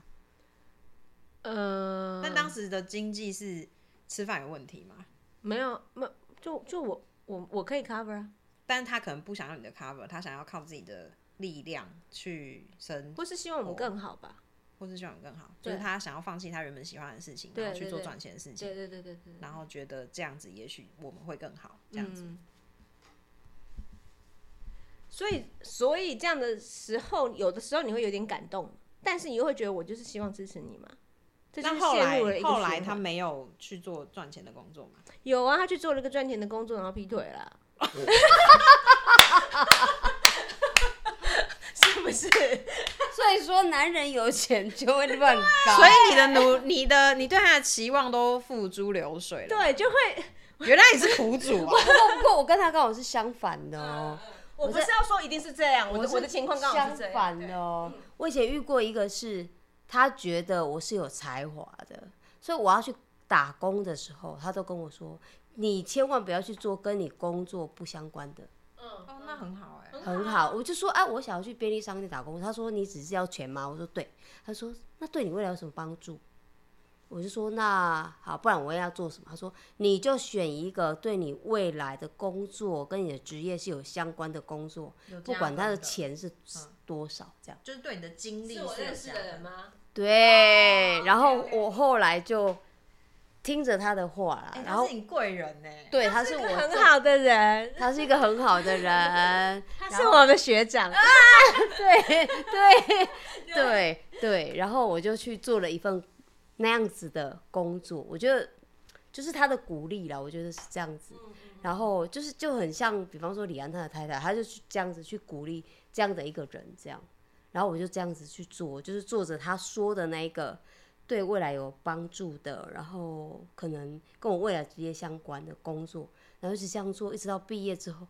呃
但当时的经济是吃饭有问题嘛？
没有，没有就就我我我可以 cover 啊，
但是他可能不想要你的 cover，他想要靠自己的力量去生，
或是希望我们
哦
更好吧。
或是希望更好。就是
对
他想要放弃他原本喜欢的事情，
对
然后去
对
做
对
赚钱的事情，
对对对对对，
然后觉得这样子也许我们会更好。这样子，
嗯所以，所以这样的时候，有的时候你会有点感动，但是你又会觉得我就是希望支持你嘛。这就
但
是
后
陷入了
来
一个
后来
循
他
环
没有去做赚钱的工作嘛？
有啊，他去做了一个赚钱的工作，然后劈腿了。 (laughs) 是不是？
(laughs) 所以说男人有钱就会乱搞，
所以你的努，你的你对他的期望都付诸流水了。
对，就会。
原来你是苦主啊！
不过不过我跟他刚好是相反的哦、
我不是要说一定是这样，我的我的情况刚好是这
相
样。
反
对嗯
的哦、我以前遇过一个是，他觉得我是有才华的，所以我要去打工的时候，他都跟我说，你千万不要去做跟你工作不相关的。
哦，那很好哎、
很好，我就说啊，我想要去便利商店打工。他说你只是要钱吗？我说对。他说那对你未来有什么帮助？我就说那好，不然我要做什么？他说你就选一个对你未来的工作跟你的职业是有相关的工作，不管他的钱是多少，这样。
就是对你的经历
是我
有
认识
加
的
分
人？吗？
对，然后
哦 OK，OK
我后来就听着他的话啦
哎，
然
他
后
是你贵人呢、欸。
对他是
是
我
个很
这，
好的人，
他是一个很好的人，
他
然
是
后啊
我的学长。 (laughs)
对对对对，然后我就去做了一份那样子的工作，我觉得就是他的鼓励啦，我觉得是这样子。
嗯
然后就是就很像，比方说李安他的太太，他就去这样子去鼓励这样的一个人，这样，然后我就这样子去做，就是做着他说的那一个对未来有帮助的，然后可能跟我未来职业相关的工作，然后一直这样做，一直到毕业之后，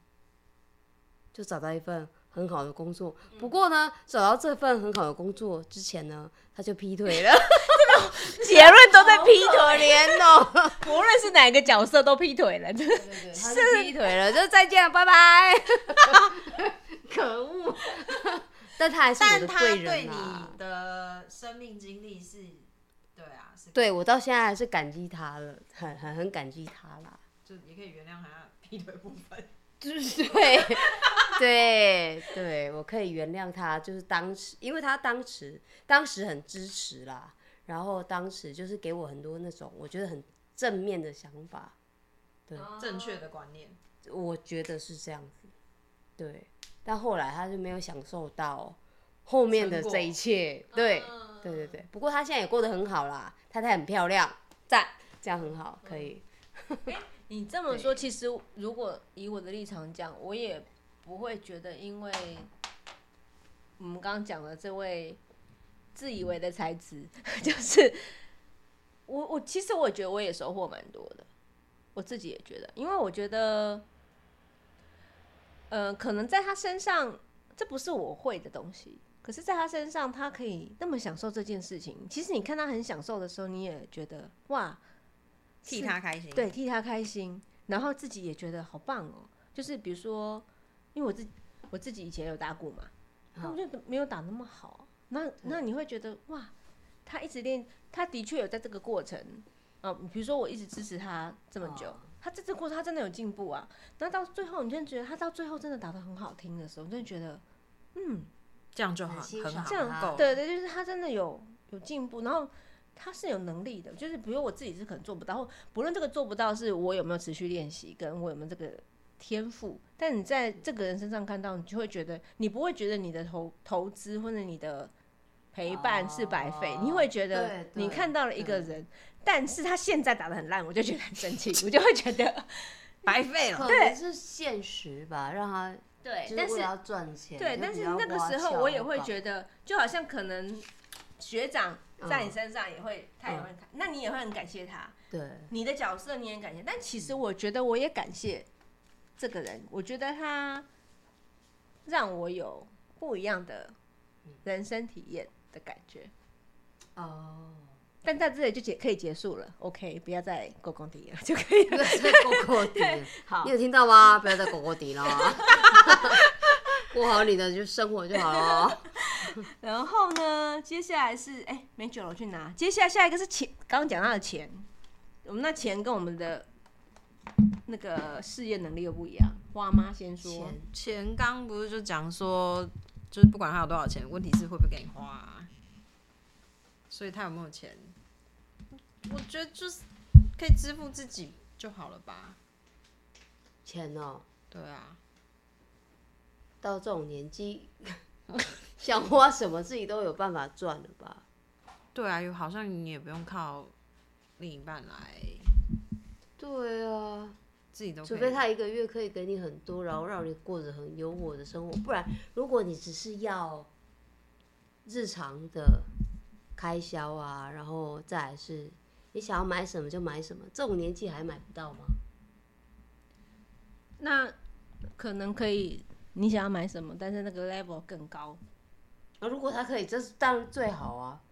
就找到一份很好的嗯 (laughs) 工作。不过呢，找到这份很好的工作之前呢，他就劈腿了。
结论都
哦
在劈腿人哦，无论是哪个角色都劈腿了。
对对， (laughs) 他是劈腿了，就再见了，拜 (laughs) 拜。可恶！ (laughs) 但他还是我
但
的
他
贵
对
人
你
啊。
的生命经历是，对啊，是，
对我到现在还是感激他了，很很很感激他啦。
就也可以原谅他劈腿部分。
就是 (laughs) 对对对，我可以原谅他，就是当时，因为他当时当时很支持啦，然后当时就是给我很多那种我觉得很正面的想法，对
正确的观念，
我觉得是这样子，对。但后来他就没有享受到后面的
成果
这一切，对
嗯
对对对。不过他现在也过得很好啦，太太很漂亮，赞，这样很好，可以。
你这么说，其实如果以我的立场讲，我也不会觉得，因为我们刚刚讲的这位自以为的才子， (laughs) 就是我我其实我觉得我也收获蛮多的，我自己也觉得，因为我觉得，呃，可能在他身上，这不是我会的东西。可是，在他身上，他可以那么享受这件事情。其实，你看他很享受的时候，你也觉得哇，
替他开心。
对，替他开心，然后自己也觉得好棒哦。就是比如说，因为我自己我自己以前有打鼓嘛，那
嗯
我就没有打那么好。那那你会觉得哇，他一直练，他的确有在这个过程啊、比如说我一直支持他这么久，
哦
他这次过程他真的有进步啊。那到最后，你真的觉得他到最后真的打得很好听的时候，你真的觉得
这样就好，
很欣
很
赏
好，
这样
哦
够。
对对，就是他真的有有进步，然后他是有能力的，就是比如我自己是可能做不到，或不论这个做不到是我有没有持续练习，跟我有没有这个天赋，但你在这个人身上看到，你就会觉得你不会觉得你的投投资或者你的陪伴是白费，
哦
你会觉得
对
你
对
看到了一个
对
人，但是他现在打的很烂，我就觉得很生气，我就会觉得
白费了。
可能是现实吧，让他
嗯对
就
但
是
是
为了要赚钱。
对，
就
但
比
是
较
那个
花
时候
俏
我也会
吧
觉得，就好像可能学长在你
嗯
身上也会，他也会看，那你也会很感谢他，
对，
你的角色你也感谢，但其
嗯
实我觉得我也感谢这个人，我觉得他让我有不一样的人生体验的感觉。
(laughs) 哦，
但在这里就结可以结束了，OK，不要再勾公敌了就可以
不
了。
要再勾勾底 (laughs) 了，
好
你，有听到吗？不要再勾勾底了 (laughs) 啊，过好你的就生活就好了哦。
然后呢，接下来是哎、没酒了，我去拿。接下来下一个是钱，刚刚讲到的钱，我们那钱跟我们的那个事业能力又不一样。花妈先说，
钱
钱刚不是就讲说，就是不管他有多少钱，问题是会不会给你花啊、所以他有没有钱，我觉得就是可以支付自己就好了吧。
钱哦，
对啊，
到这种年纪， (laughs) 想花什么自己都有办法赚了吧？
对啊，有好像你也不用靠另一半来，
对啊，
自己都可以
除非他一个月可以给你很多，然后让你过着很优渥的生活，不然如果你只是要日常的开销啊，然后再来是你想要买什么就买什么，这种年纪还买不到吗？
那可能可以，你想要买什么，但是那个 level 更高，
啊，如果他可以，这是当然最好啊。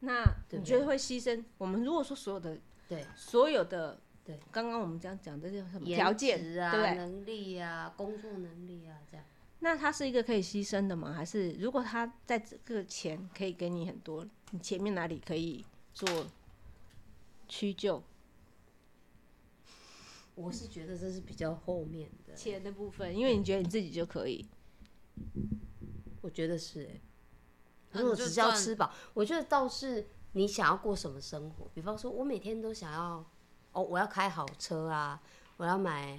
那
对
你觉得会牺牲？我们如果说所有的
对，
所有的
对，
刚刚我们讲讲的这叫什么
颜
条件，
值
对不
啊，
对？
能力啊，工作能力啊，这样。
那它是一个可以牺牲的吗？还是如果他在这个钱可以给你很多，你前面哪里可以做屈就
我是觉得这是比较后面的，
钱的部分？因为你觉得你自己就可以，
我觉得是哎、
那
如果
你就
只是要
赚
吃饱，我觉得倒是你想要过什么生活，比方说，我每天都想要哦，我要开好车啊，我要买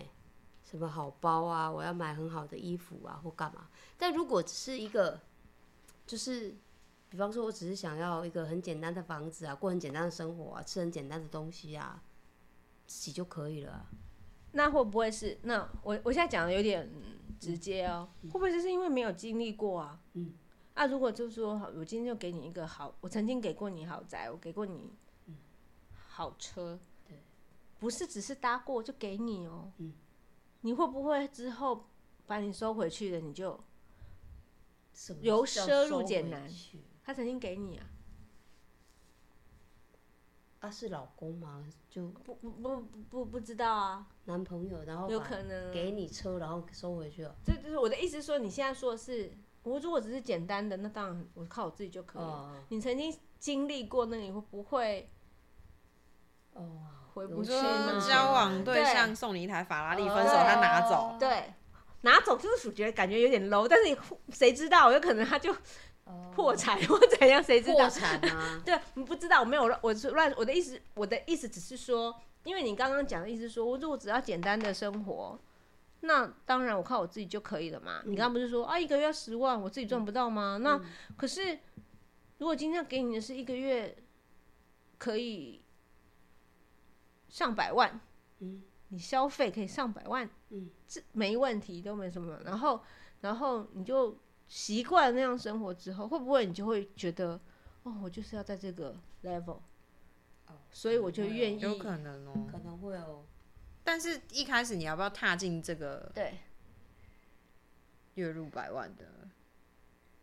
什么好包啊，我要买很好的衣服啊，或干嘛。但如果只是一个，就是比方说，我只是想要一个很简单的房子啊，过很简单的生活啊，吃很简单的东西啊，自己就可以了啊、
那会不会是？那我我现在讲的有点嗯直接哦，会不会就是因为没有经历过啊？
嗯，
啊，如果就是说，好我今天就给你一个好，我曾经给过你豪宅，我给过你好车，
嗯对，
不是只是搭过就给你哦，
嗯，
你会不会之后把你收回去的，你就
什么
由
叫
奢入
收
俭
回
难
去
他曾经给你啊，
啊，是老公吗？就
不不不不不知道啊，
男朋友，然后
有
把
可能
哦
啊
给你车，然后收回去了。
这就是我的意思是说，你现在说的是，我如果只是简单的，那当然我靠我自己就可以了。
哦
你曾经经历过，那你会不会
哦，
回
有
不
你
去
说
呢？
交往对
对
象送你一台法拉利，分手
对
他拿走，
对，拿走就是属觉得感觉有点 low，但是谁知道，有可能他就
哦
破产或怎样，谁知道？
破？产啊
对，你不知道，我没有乱，我是乱，我的意思，我的意思只是说，因为你刚刚讲的意思是说，我如果只要简单的生活，那当然我靠我自己就可以了嘛。
嗯
你刚刚不是说啊，一个月十万，我自己赚不到吗？那、可是如果今天给你的是一个月可以上百万，
嗯，
你消费可以上百万，
嗯，
这没问题，都没什么。然后，然后你就习惯了那样生活之后，会不会你就会觉得，哦，我就是要在这个 level，
哦
所以我就愿意
有可能哦。
(laughs) 可能会哦。
但是一开始你要不要踏进这个
对
月入百万的？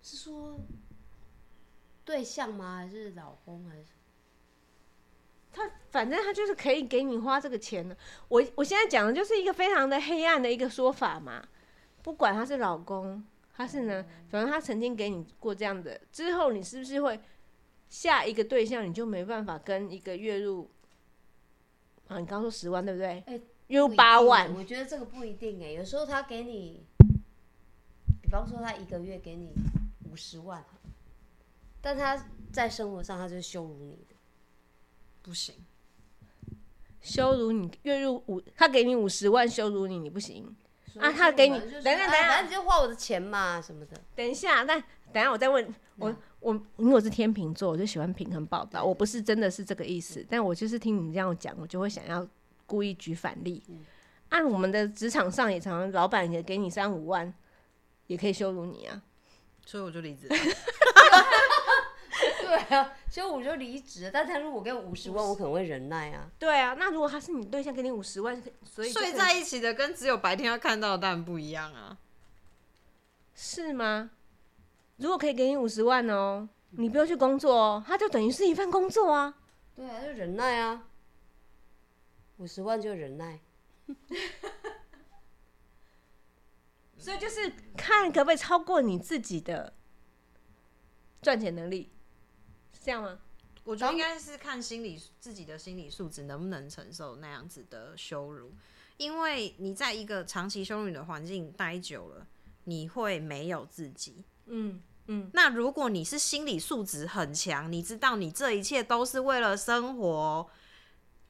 是说对象吗？还是老公？还是
他，反正他就是可以给你花这个钱的。我我现在讲的就是一个非常的黑暗的一个说法嘛，不管他是老公，他是呢，
嗯
反正他曾经给你过这样的，之后你是不是会下一个对象你就没办法跟一个月入啊，你刚说十万对不对？
哎
月入
不一定
八
欸
万，
我觉得这个不一定哎、有时候他给你，比方说他一个月给你五十万，但他在生活上他就是羞辱你的，
不行，
羞辱你月入五，他给你五十万羞辱你，你不行。啊他
所以
给你
我就是
等等
哎
等等
反正你就花我的钱嘛什
(laughs)
么的。
等一下，但等一下我再问我我，因为我是天秤座，我就喜欢平衡报道。我不是真的是这个意思，但我就是听你这样讲，我就会想要故意举反例。按、我们的职场上也常常，老板也给你三五万，也可以羞辱你啊。
所以我就离职了。
对啊，所以我就离职了。但他如果给我五十万，我可能会忍耐啊。
对啊，那如果他是你对象，给你五十万，所以就
睡
可以
在一起的跟只有白天要看到的当然不一样啊。
是吗？如果可以给你五十万哦，你不用去工作哦，他就等于是一份工作啊。
对啊，就忍耐啊，五十万就忍耐。
所以就是看可不可以超过你自己的赚钱能力，是这样吗？
我觉得应该是看心理自己的心理素质能不能承受那样子的羞辱，因为你在一个长期羞辱你的环境待久了，你会没有自己。
嗯嗯，
那如果你是心理素质很强，你知道你这一切都是为了生活，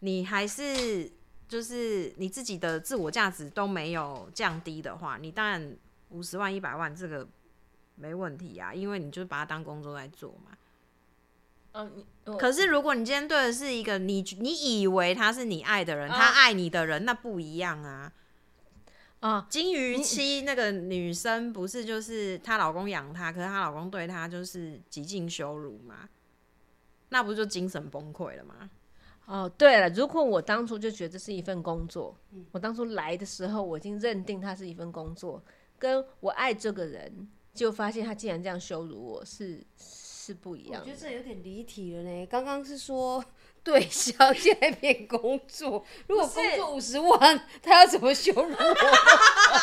你还是就是你自己的自我价值都没有降低的话，你当然五十万、一百万这个没问题啊，因为你就把它当工作在做嘛。
哦，你我
可是如果你今天对的是一个你你以为他是你爱的人，
啊
他爱你的人，那不一样啊。
啊，
金鱼妻那个女生不是就是她老公养她，可是她老公对她就是极尽羞辱嘛，那不就精神崩溃了吗？
哦，对了，如果我当初就觉得这是一份工作，我当初来的时候我已经认定它是一份工作，跟我爱这个人，就发现他竟然这样羞辱我是是不一
我
样
觉
的
得。这有点离题了呢。刚刚是说对象，现在变工作，如果
不
工
是
作五十万，他要怎么羞辱我？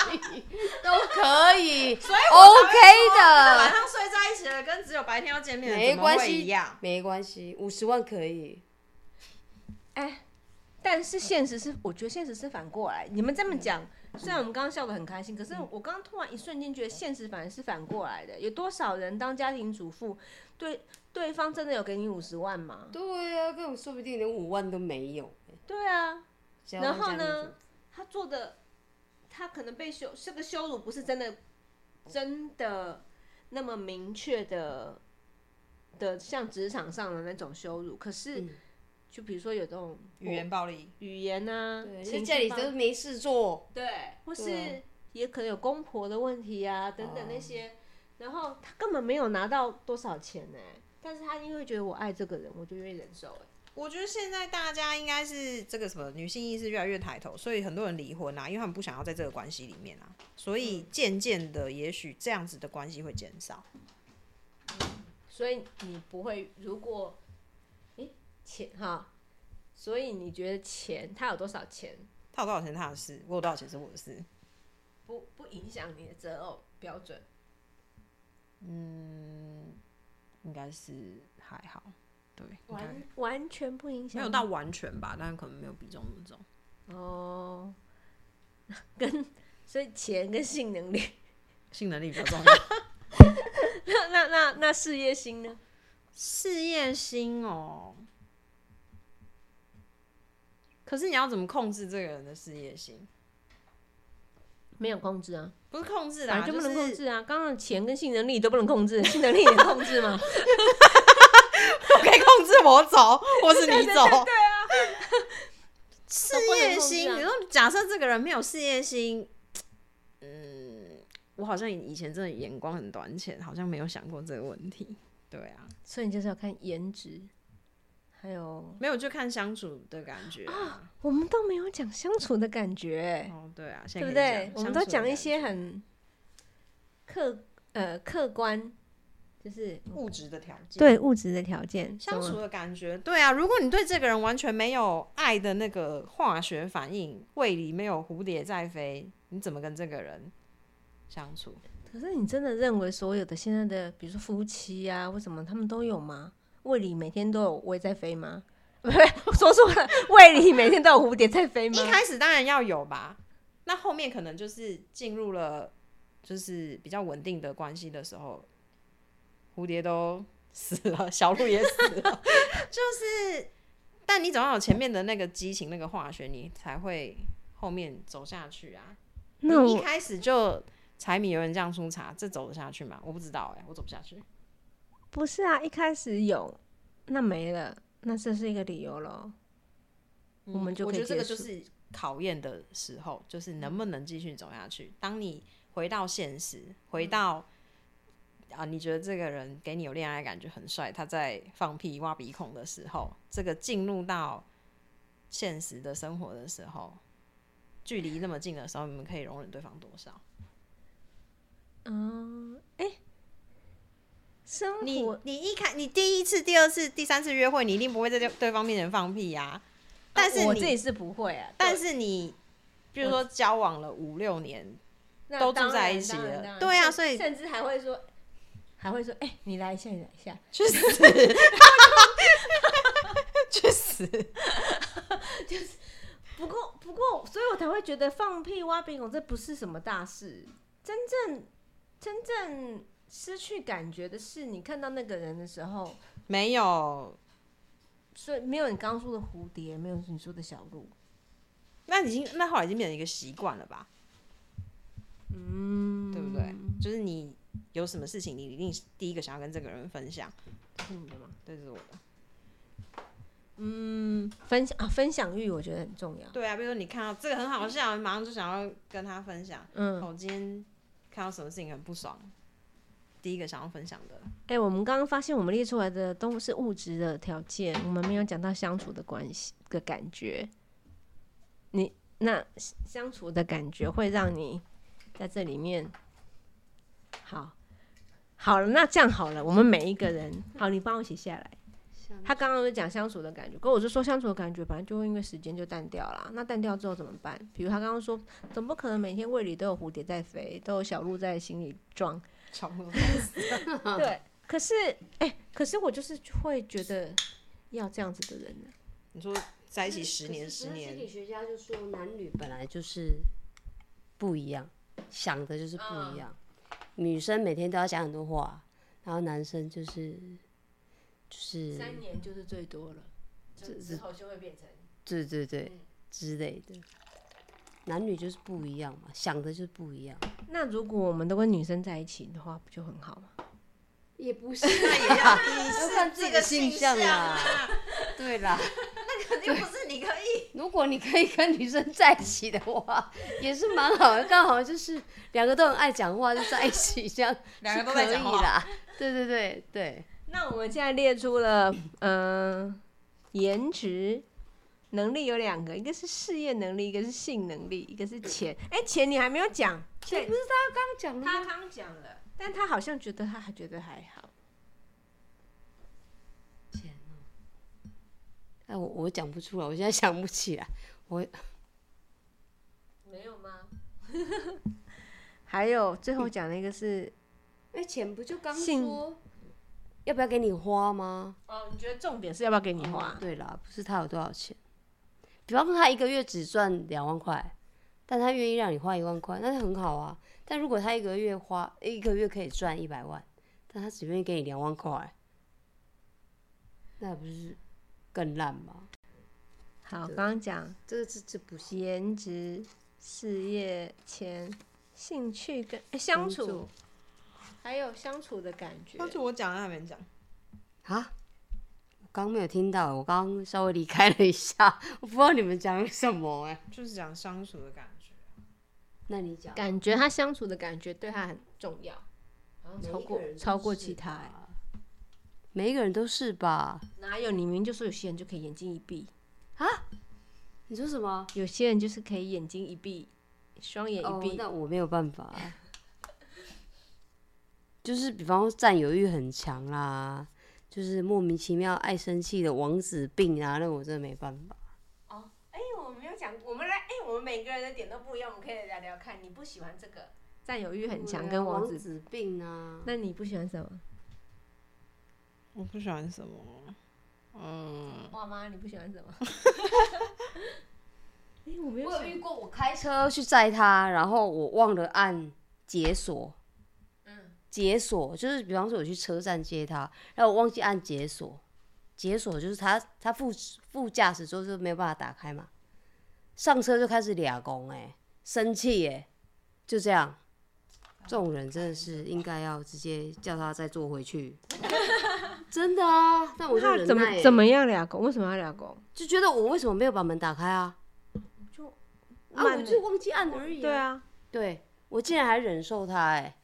(laughs) 都可以，所以 OK
(laughs) 晚
的，
上睡在一起了，跟只有白天要见面的
没
怎么会
关系
一样。，
没关系，五十万可以。
哎，但是现实是，我觉得现实是反过来。你们这么讲，
嗯
虽然我们刚刚笑得很开心，可是我刚刚突然一瞬间觉得现实反而是反过来的。有多少人当家庭主妇，对对方真的有给你五十万吗？
对啊，跟我说不定连五万都没有。
对啊，
只要
然后
当家
呢
庭主妇？
他做的，他可能被羞，这个羞辱不是真的，真的那么明确的的，像职场上的那种羞辱。可是，
嗯
就比如说有这种
语言暴力，
语言啊，
对，
情
在
绪
家里
暴
都没事做，
对，啊或
对
是也可能有公婆的问题啊，等等那些。然后他根本没有拿到多少钱呢、但是他因为觉得我爱这个人，我就愿意忍受、欸。
我觉得现在大家应该是这个什么女性意识越来越抬头，所以很多人离婚啊，因为他们不想要在这个关系里面啊，所以
嗯
渐渐的，也许这样子的关系会减少。
所以你不会，如果，诶、钱哈，所以你觉得钱，他有多少钱，
他有多少钱是他的事，我有多少钱是我的事。
不不影响你的择偶标准？
应该是还好，对，应该
完完全不影响，
没有到完全吧，但是可能没有比重那么重。
(laughs) 哦，跟所以钱跟性能力，
性能力比较重要。 (laughs)
那那那那事业心呢？
事业心哦，可是你要怎么控制这个人的事业心？
没有控制啊，
不是控制
反
啦，
正就不能控
是
制啊。刚刚钱跟性能力都不能控制， (laughs) 性能力能控制 (laughs) 吗？
我可以控制我 (laughs) 走，或是你走。对啊， (laughs) 事业
都不能控制
心，
啊
你说假设这个人没有事业心，嗯，我好像以前真的眼光很短浅，好像没有想过这个问题。对啊，
所以你就是要看颜值，还有
没有就看相处的感觉啊、
我们都没有讲相处的感觉，
哦，对啊，现
对
在
不
可
对？我
以讲
们都讲一些很客呃客观，就是
相处的感觉物质的条件。
对物质的条件
相。
懂
处
吗
的感觉，对啊，如果你对这个人完全没有爱的那个化学反应，胃里没有蝴蝶在飞，你怎么跟这个人相处？
可是你真的认为所有的现在的，比如说夫妻啊，为什么他们都有吗？胃里每天都有胃在飞吗？ (laughs) 不是，说错了，胃里每天都有蝴蝶在飞吗？
一开始当然要有吧，那后面可能就是进入了就是比较稳定的关系的时候，蝴蝶都死了，小鹿也死
(laughs)
了，就是，但你总要有前面的那个激情、那个化学，你才会后面走下去啊。
那
你一
我
开始就柴米油盐酱醋茶，这走得下去吗？我不知道哎、我走不下去。
不是啊，一开始有，那没了，那这是一个理由咯。我们就
嗯我
可以
觉得这
结
个就
束。
是考验的时候，就是能不能继续走下去。当你回到现实，
嗯
回到、啊，你觉得这个人给你有恋爱感觉很帅，他在放屁挖鼻孔的时候，这个进入到现实的生活的时候，距离那么近的时候，你们可以容忍对方多少？
嗯，哎、生
你
活
你一开你第一次、第二次、第三次约会，你一定不会在对对方面前放屁呀、但是
啊我
你
自己是不会啊，
但
对
是你，比如说交往了五六年，
那
都住
当
在
然
一起
当然
了
当然
对啊
甚
所以
甚至还会说，还会说，哎、你来一下，你来一下，
去死，
(laughs)
去死！
不过，不过，所以我才会觉得放屁挖鼻孔这不是什么大事。真正真正失去感觉的是，你看到那个人的时候，
没有，
所以没有你刚刚说的蝴蝶，没有你说的小鹿。
那已经那后来已经变成一个习惯了吧？嗯，对不对？就是你有什么事情，你一定是第一个想要跟这个人分享，
这是你的吗？
这是我的。
分享啊，分享欲我觉得很重要。
对啊，比如说你看到这个很好笑，马上就想要跟他分享。哦
嗯，
我今天看到什么事情很不爽，第一个想要分享的。
哎、我们刚刚发现我们列出来的都是物质的条件，我们没有讲到相处的关系的感觉。你那相处的感觉会让你在这里面好好了，那这样好了，我们每一个人好，你帮我写下来。他刚刚有讲相处的感觉，可我是说相处的感觉，本来就会因为时间就淡掉啦。那淡掉之后怎么办？比如他刚刚说，总不可能每天胃里都有蝴蝶在飞，都有小鹿在心里撞。
小
(laughs)
鹿
对，可是哎、可是我就是会觉得要这样子的人呢、
你说在一起十年，
可是
十
可是心理
年，
学家就说，男女本来就是不一样，想的就是不一样。女生每天都要讲很多话，然后男生就是就是
三年就是最多了，就之后就会变成
对对对之类的，男女就是不一样嘛，想的就是不一样。
那如果我们都跟女生在一起的话，不就很 (laughs) 好吗？
也不 (laughs) 是，
那也啊要你
要看自己的性向啊。对啦，
肯定不是你可以。，
如果你可以跟女生在一起的话， (laughs) 也是蛮好的，刚好就是两个都很爱讲话，就在一起这样
两个都
可
在
以
讲话
啦。对对对对，
(laughs) 那我们现在列出了，嗯、颜值。能力有两个，一个是事业能力，一个是性能力，一个是钱。哎、钱你还没有讲，
这不是他刚
嗯
刚讲的
他
吗？
刚讲了，但他好像觉得他还觉得还好。
钱哦哎，我我讲不出来，我现在想不起来。
没有吗？ (laughs) 还有最后讲那个是
哎，钱不就刚
信
说要不要给你花吗？
哦，你觉得重点是要不要给你花
哦？对啦，不是他有多少钱，比方说他一个月只赚两万块，但他愿意让你花一万块，那很好啊。但如果他一个月花一个月可以赚一百万，但他只愿意给你两万块，那不是更烂吗？
好，刚刚讲
这个这这不是
颜值、事业、钱、兴趣跟、诶相
工
处
作，
还有相处的感觉。
当初我讲了，他没讲。
啊？我刚没有听到，我刚稍微离开了一下， (laughs) 我不知道你们讲什么哎、
就是讲相处的感觉。
那你讲，
感觉他相处的感觉对他很重要，好像超过超过其他、欸。
每一个人都是吧？
哪有？你明明就说有些人就可以眼睛一闭，
你说什么？
有些人就是可以眼睛一闭，双眼一
哦，
闭。
那我没有办法。 (laughs) 就是比方说占有欲很强啦，就是莫名其妙爱生气的王子病啊，那我真的没办法。
哎、我们没有讲，我们来，哎、我们每个人的点都不一样，我们可以聊聊看。你不喜欢这个占有欲很强，
对啊
跟王
王
子，
子病啊，
那你不喜欢什么？
我不喜欢什么？嗯，
哇妈，你不喜欢什么？ (laughs) 哎、我没有
我
想
有遇过，我开车去载他，然后我忘了按解锁，
嗯，
解锁就是比方说我去车站接他，然后我忘记按解锁，解锁就是他他副副驾驶座就没有办法打开嘛，上车就开始俩拱哎，生气哎、就这样，这种人真的是应该要直接叫他再坐回 (laughs) 去，真的啊，但我就忍
那怎
耐、
么
欸
怎么样俩狗？为什么要俩狗？
就觉得我为什么没有把门打开啊？
就
啊，
慢
我
欸
就忘记按而已、
对，啊，
对我竟然还忍受他哎、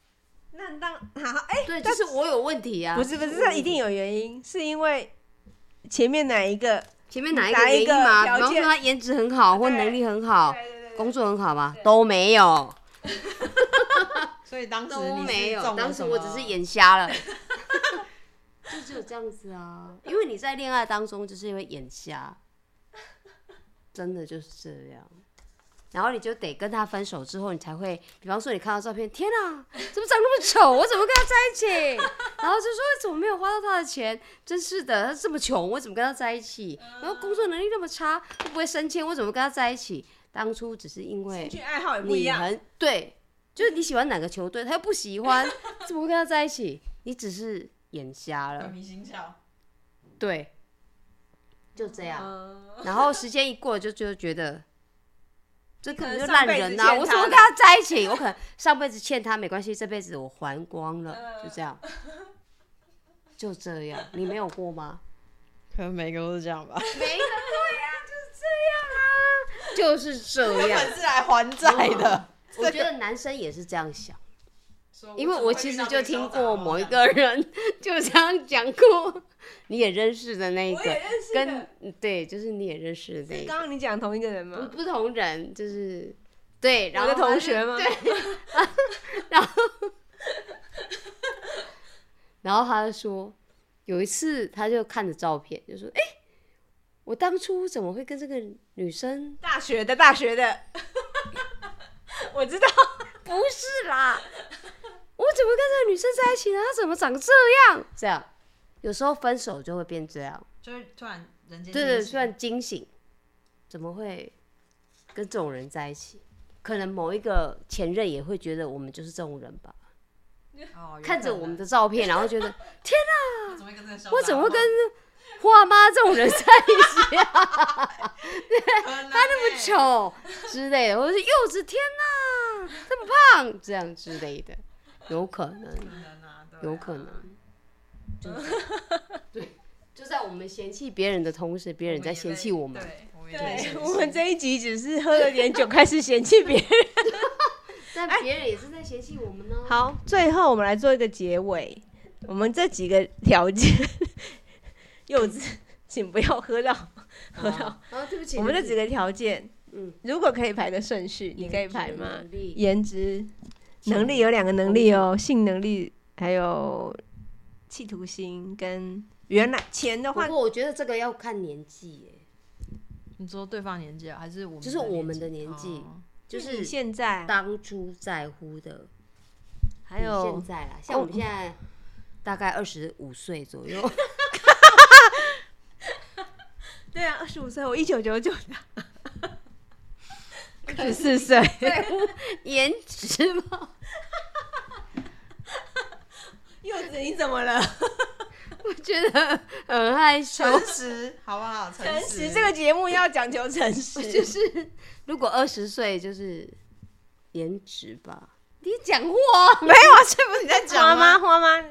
那当好哎、
对，就是我有问题啊。
不是不是，这一定有原因，是因为前面哪一个？
前面哪一
哪
个
一
原因嘛？
个条
比方说
件
他颜值很好，或
对
能力很好，
对对
工作很好嘛，都没有，
所以当时
都
你
没
是
有。
中了
当时
什么
我只是眼
(laughs)
瞎了， (laughs) 就只有这样子啊。因为你在恋爱当中就是因为眼瞎，真的就是这样。然后你就得跟他分手之后，你才会，比方说你看到照片，天啊，怎么长那么丑？我怎么跟他在一起？然后就说怎么没有花到他的钱？真是的，他这么穷，我怎么跟他在一起？然后工作能力那么差，会不会升迁？我怎么跟他在一起？当初只是因为
兴趣爱好也不一
你
样，
很对，就是你喜欢哪个球队，他又不
(laughs)
喜欢，怎么会跟他在一起？你只是眼瞎
鬼
了，
迷心窍。
对，就这样。
嗯，
然后时间一过，就就觉得这根本就
可能上
烂
辈子
人
欠
呐、
他
我怎么
的
跟他在一起？我可能上辈子欠他没关系，这辈子我还光
嗯
了，就
(laughs)
这样，就这样。你没有
(laughs)
过吗？
可能每个都是这样 (laughs) 吧。
没有
啊
过呀，就是这样啊，就是这
根
样。
本是来还债的。
我觉得男生也是这样想。
哦
说
(laughs) 因为
怎么
我
会
其
遇
实
到
就
这
听
招杂
过
毛
某一
这
个
样
人就这样讲过，你也认识的那一
我也
个，
认识的。
跟嗯对，就是你也认识的那一
刚
个，
刚你讲同一个人
不
吗？
不同人，就是对，然
我
后
的
他
同
就
学吗？
然后他就说，有一次他就看着照片，就说：“哎、我当初怎么会跟这个女生？
大学的，大学的， (laughs) 我知道。
不是啦，我怎么跟这个女生在一起呢？她怎么长这样？这样，有时候分手就会变这样。”
就会突然人间
对
清
对，
醒
突然惊醒，怎么会跟这种人在一起？可能某一个前任也会觉得我们就是这种人吧，
哦有
看
可
着我们
能
的照片，然后觉得
我
(laughs)
啊怎么会跟这个小
我
杂
怎么会
毛
跟花妈这种人在一起啊？
可能欸他那
这
(laughs)
么丑哦之类的，或者是柚子，天哪，这么胖，这样之类的，有可能，
啊
有可能，
(laughs)
就是对，就在我们嫌弃别人的同时，别人在嫌弃我们。
对，我们也在
对
嫌，
我们
弃
这一集只是喝了点酒，开始嫌弃别人。
但
哎
别人也是在嫌弃我们呢。
好，最后我们来做一个结尾。我们这几个条件， (laughs) 柚子，请不要喝到
(laughs)
喝到。
好，哦对不起，
我们这几
个
个条件，
嗯
如果可以排个顺序，你可以排吗？
能力
颜值、能力有两个能力哦，性能力还有企图心跟原来钱的
不
话，
过我觉得这个要看年纪耶，
你说对方年纪啊，还是我们
就是我们的年纪
哦
(laughs) 就
那你
是
现在
当初在乎的，
还
比
有
现在啦，像我们现在大概二十五岁左右，
对啊，二十五岁，我一九九九的，二十四岁，
在乎颜值吗？
柚子你怎么了？
(laughs) 我觉得很害羞。
诚
(laughs)
实好不好？诚
诚实，这个节目要讲求诚实。
就是如果二十岁就是颜值吧，你讲话
没有啊，这不是你在
花
讲
妈，
吗？
花妈，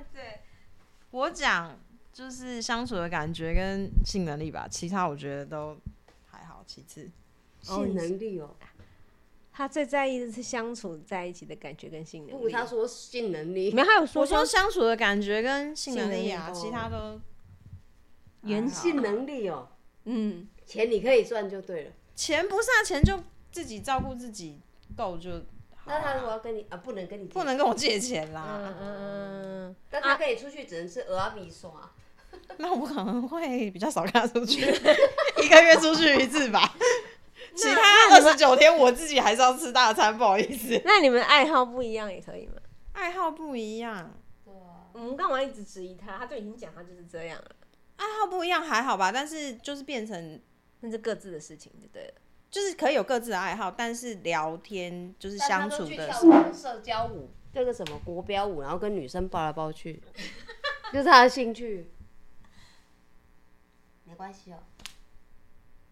我讲就是相处的感觉跟性能力吧，其他我觉得都还好。其次，
哦你
(laughs) 性能力哦，
她最在意的是相处在一起的感觉跟性能
不，
力。
他说性能力，
没有，她有
我
说
说相处的感觉跟性能力啊，
性能力
其他都
原
还好
(laughs) 性能力哦，
嗯，
钱你可以赚就对了。
钱不是啊，钱就自己照顾自己够就好啊。
那他如果要跟你啊，不能跟你，
不，能跟我借钱啦，
嗯嗯
但他跟你出去只能吃鹅阿米刷，
那我可能会比较少跟他出去，一个月出去一次吧。其他二十九天我自己还是要吃大餐，不好意思。
那你们爱好不一样也可以吗？
爱好不一样，
对啊，
我们干嘛一直质疑他？他都已经讲他就是这样了，
爱好不一样还好吧，但是就是变成
那是各自的事情就对了。
就是可以有各自的爱好，但是聊天就是相处
去
的
跳。什么社交舞，这个什么国标舞，然后跟女生抱来抱去，就是他的兴趣。没关系哦，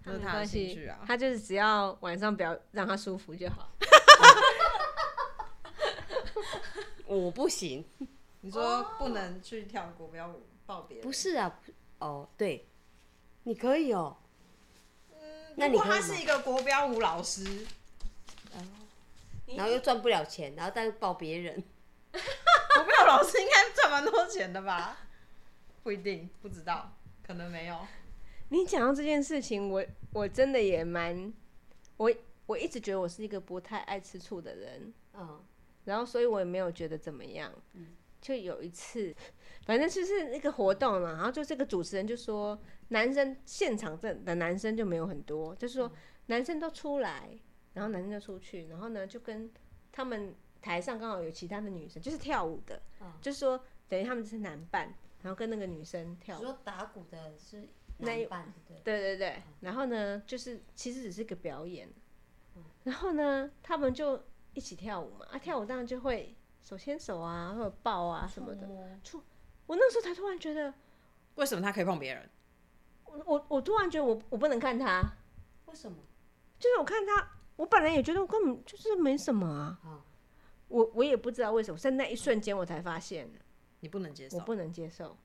这是他的兴趣啊
他就是只要晚上不要让他舒服就好。
我不行。
你说不能去跳国标舞抱别人，
不是啊，不哦，对，你可以哦。那
嗯如
你
果
可以
他
吗
是一个国标舞老师， (laughs)
然后又赚不了钱，然后但是抱别人，
国标舞老师应该赚蛮多钱的吧？不一定，不知道，可能没有。
你讲到这件事情，我我真的也蛮，我我一直觉得我是一个不太爱吃醋的人，
嗯，
然后所以我也没有觉得怎么样。就有一次，反正就是那个活动嘛，然后就这个主持人就说，男生现场这的男生就没有很多，就是
嗯
说男生都出来，然后男生就出去，然后呢就跟他们台上刚好有其他的女生，就是跳舞的，
嗯
就是说等于他们是男伴，然后跟那个女生
你
跳舞。
说打鼓的是
那一
男伴，对不对？
对对对，然后呢，就是其实只是个表演，然后呢，他们就一起跳舞嘛，啊，跳舞当然就会手牵手啊，或者抱啊什么的。
的，
我那时候才突然觉得，
为什么他可以碰别人？
我我我突然觉得我我不能看他，
为什么？
就是我看他，我本来也觉得我根本就是没什么啊，
啊，
我我也不知道为什么，在那一瞬间我才发现
你不能接受
我。不能接受。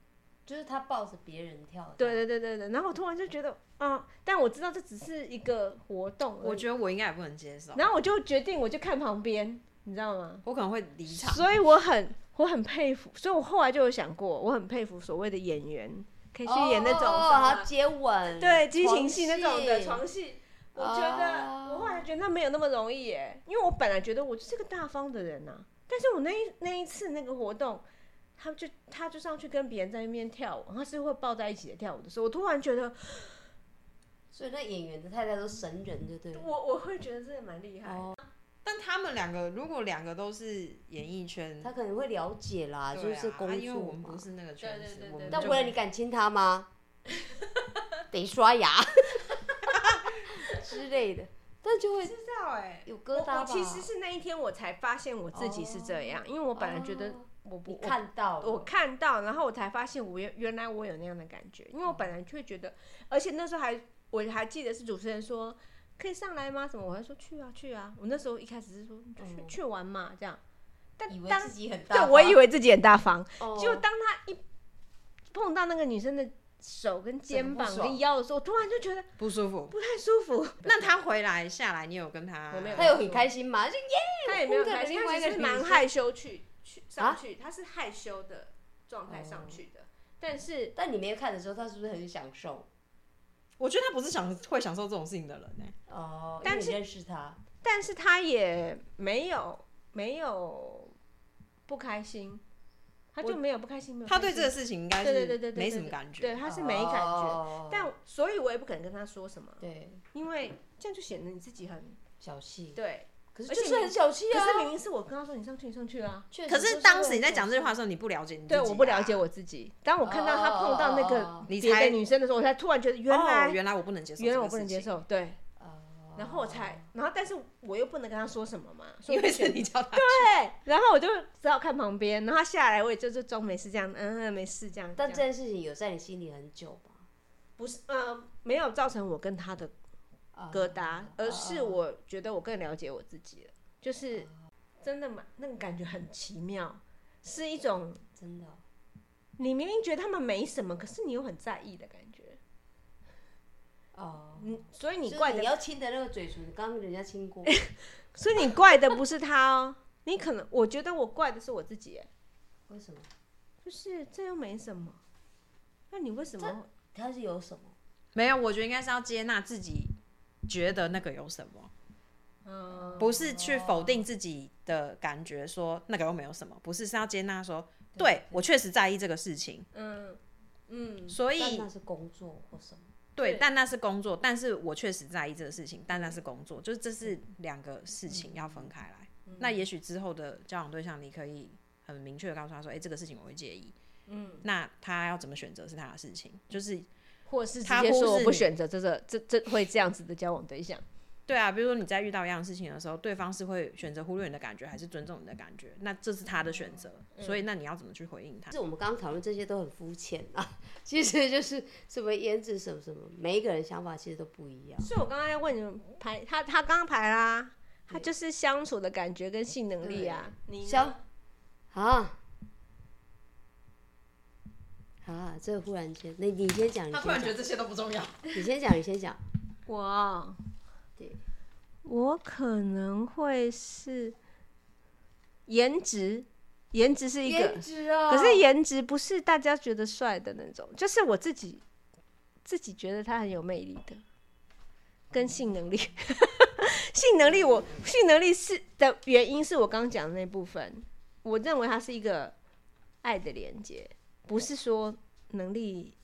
就是他抱着别人跳的，
对对对对对，然后我突然就觉得啊，但我知道这只是一个活动而已，
我觉得我应该也不能接受，
然后我就决定我就看旁边，你知道吗？
我可能会离场。
所以我很我很佩服，所以我后来就有想过，我很佩服所谓的演员可以
哦，
去演那种什
哦
么、
哦还要接吻，
对激情
床
戏那种的床戏。我觉得、
哦
我后来觉得那没有那么容易耶，因为我本来觉得我就是个大方的人呐、啊但是我那一那一次那个活动，他就他就上去跟别人在那边跳舞，他是会抱在一起的跳舞的时候，我突然觉得
所以那演员的太太都神人，对不对？
我我会觉得真的蛮厉害的。
哦，
但他们两个如果两个都是演艺圈，
他可能会了解啦，就
对啊
是工
啊因为
作
我们
嘛
不。是那个圈
对对
子
对，
我们
对
但
就
不然你敢亲
(laughs)
他吗？得刷牙之类的，但就会
不知道哎，
有疙
我
瘩吧
我其实是那一天我才发现我自己是这样，因为我本来觉得我不、
你
我
看到了
我看到，然后我才发现我原原来我有那样的感觉，因为我本来就会觉得，而且那时候还我还记得是主持人说可以上来吗？什么？我还说去啊去啊。我那时候一开始是说你就去、
嗯
去玩嘛这样，但
以为
当
自己很大
对
方，
我以为自己很大方，
哦
结果当他一碰到那个女生的手跟肩膀
整个不爽
跟腰的时候，我突然就觉得
不舒服。
不太舒
(laughs)
服。
那他回来下来，你有跟他？
我没有
他有很开心嘛，就耶，
他也没有
碰到了
开心，
另
他
外一个
只是
女
蛮
生
害羞去去上
啊
去，他是害羞的状态上
哦
去的，但是。
但你没有看的时候，他是不是很享受？
我觉得他不是享会享受这种事情的人哎。
哦，
但
因为
是
你认识他，
但是他也没有没有不开心，他就没有不开心，没有
他
开
对
心
这个事情应该
对对对
是
对对
没什么
对
感觉。
对他是没感觉，
哦
但所以我也不可能跟他说什么，
对
因为这样就显得你自己很
小气，
对。
可是
而且
就是很小气
可
啊。
是明明是我跟他说你上去，你上去啊。
确实
可
就是会
当时你在
很
讲这句话
小
的时候，你不了解你自己、啊
对，我不了解。我自己。啊当我看到他碰到那
哦哦哦
个
哦
你
别
才
的女生的时候，我才突然觉得原
哦、
来
原来我不能接受，
原来我不能接，受，对。
气哦
然后我才，然后但是我又不能跟他说什么嘛，所以
因
我就
为
选
是你叫他。
对，然后我就只好看旁边，然后他下来我也就就装没事这样，嗯嗯没事这样。
但这
这样
件事情有在你心里很久吧？
不是呃没有造成我跟他的
啊
疙瘩，而是
啊
我觉得我更了解我自己了，就是真的嘛，那个感觉很奇妙，是一种
真的哦
你明明觉得他们没什么，可是你又很在意的感觉，
哦，
嗯，所以
就
你
是
怪
你
的，
要亲的那个嘴唇，刚刚人家亲
(laughs)
过，
所以你怪的不是他哦，你可能我觉得我怪的是我自己，
为什么？
就是这又没什么，那你为什
这
么？
他是有什么？
(laughs) 没有，我觉得应该是要接纳自己，觉得那个有什么，
嗯，
不是去否定自己的感觉，说那个又没有什么，不是是要接纳说，对我确实在意这个事情，
嗯嗯，
所
但
以
那是工作或什么？
对
对，
但那是工作，但是我确实在意这个事情，但那是工
嗯
作，就是这是两个事情要分开来。那也许之后的交往对象，你可以很明确的告诉他说，哎、这个事情我会介意，嗯，那他要怎么选择是他的事情，
嗯
就是
或是直
他
接
忽
说我
视
不
你
选择这个这这会这样子的交往对象，
对啊，比如说你在遇到一样的事情的时候，对方是会选择忽略你的感觉，还是尊重你的感觉？那这是他的选择，
嗯
所以那你要怎么去回应他
就？是我们刚刚讨论这些都很肤浅啊， (laughs) 其实就是什么颜值什么什么，每一个人想法其实都不一样。
所以我刚刚在问你们排他，他刚刚排啦，他就是相处的感觉跟性能力啊。你
相啊啊！这忽然间，那你先讲，你先讲，
这些都不重要，
你先讲，你
(laughs)
先讲。
我
对，
我可能会是颜值，颜值是一个，
值哦
可是颜值不是大家觉得帅的那种，就是我自己自己觉得他很有魅力的，跟性能力，性能力我性能力是的原因是我刚刚讲的那部分，我认为它是一个爱的连接，不是说能力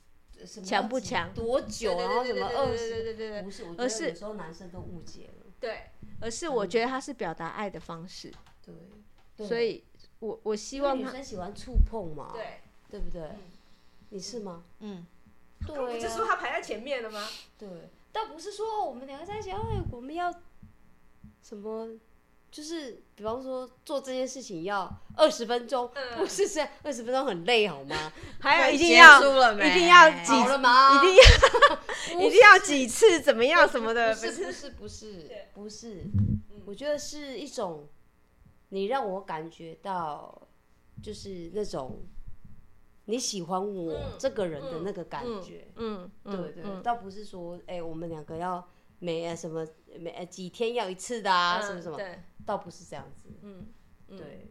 什么
强不
二十
强
多久，然后什么二
对
十，
对对对
不是，我
而
觉
是
得有时候男生都误解了。
对，而是我觉得它是表达爱的方式，
对，对
所以我我希望
因为
他
女生喜欢触碰嘛，
对，
对嗯不对？你是吗？
嗯，
对呀、
他排在前面了吗？
对，倒不是说我们两个在一起，哎，我们要什么？就是比方说做这件事情要二十分钟，
嗯
不是这样，二十分钟很累好吗？
还有一定
结
要
束了没
一定要几
好了吗？
一定
不
一定要几次怎么样什么的，
不
不
是
是
不是不是不是，我觉得是一种你让我感觉到就是那种你喜欢我这个人的那个感觉，
嗯，嗯
对对，
嗯
倒不是说哎、我们两个要每呃什么每呃几天要一次的啊、什么什么，
嗯对，
倒不是这样子，
嗯，嗯
对，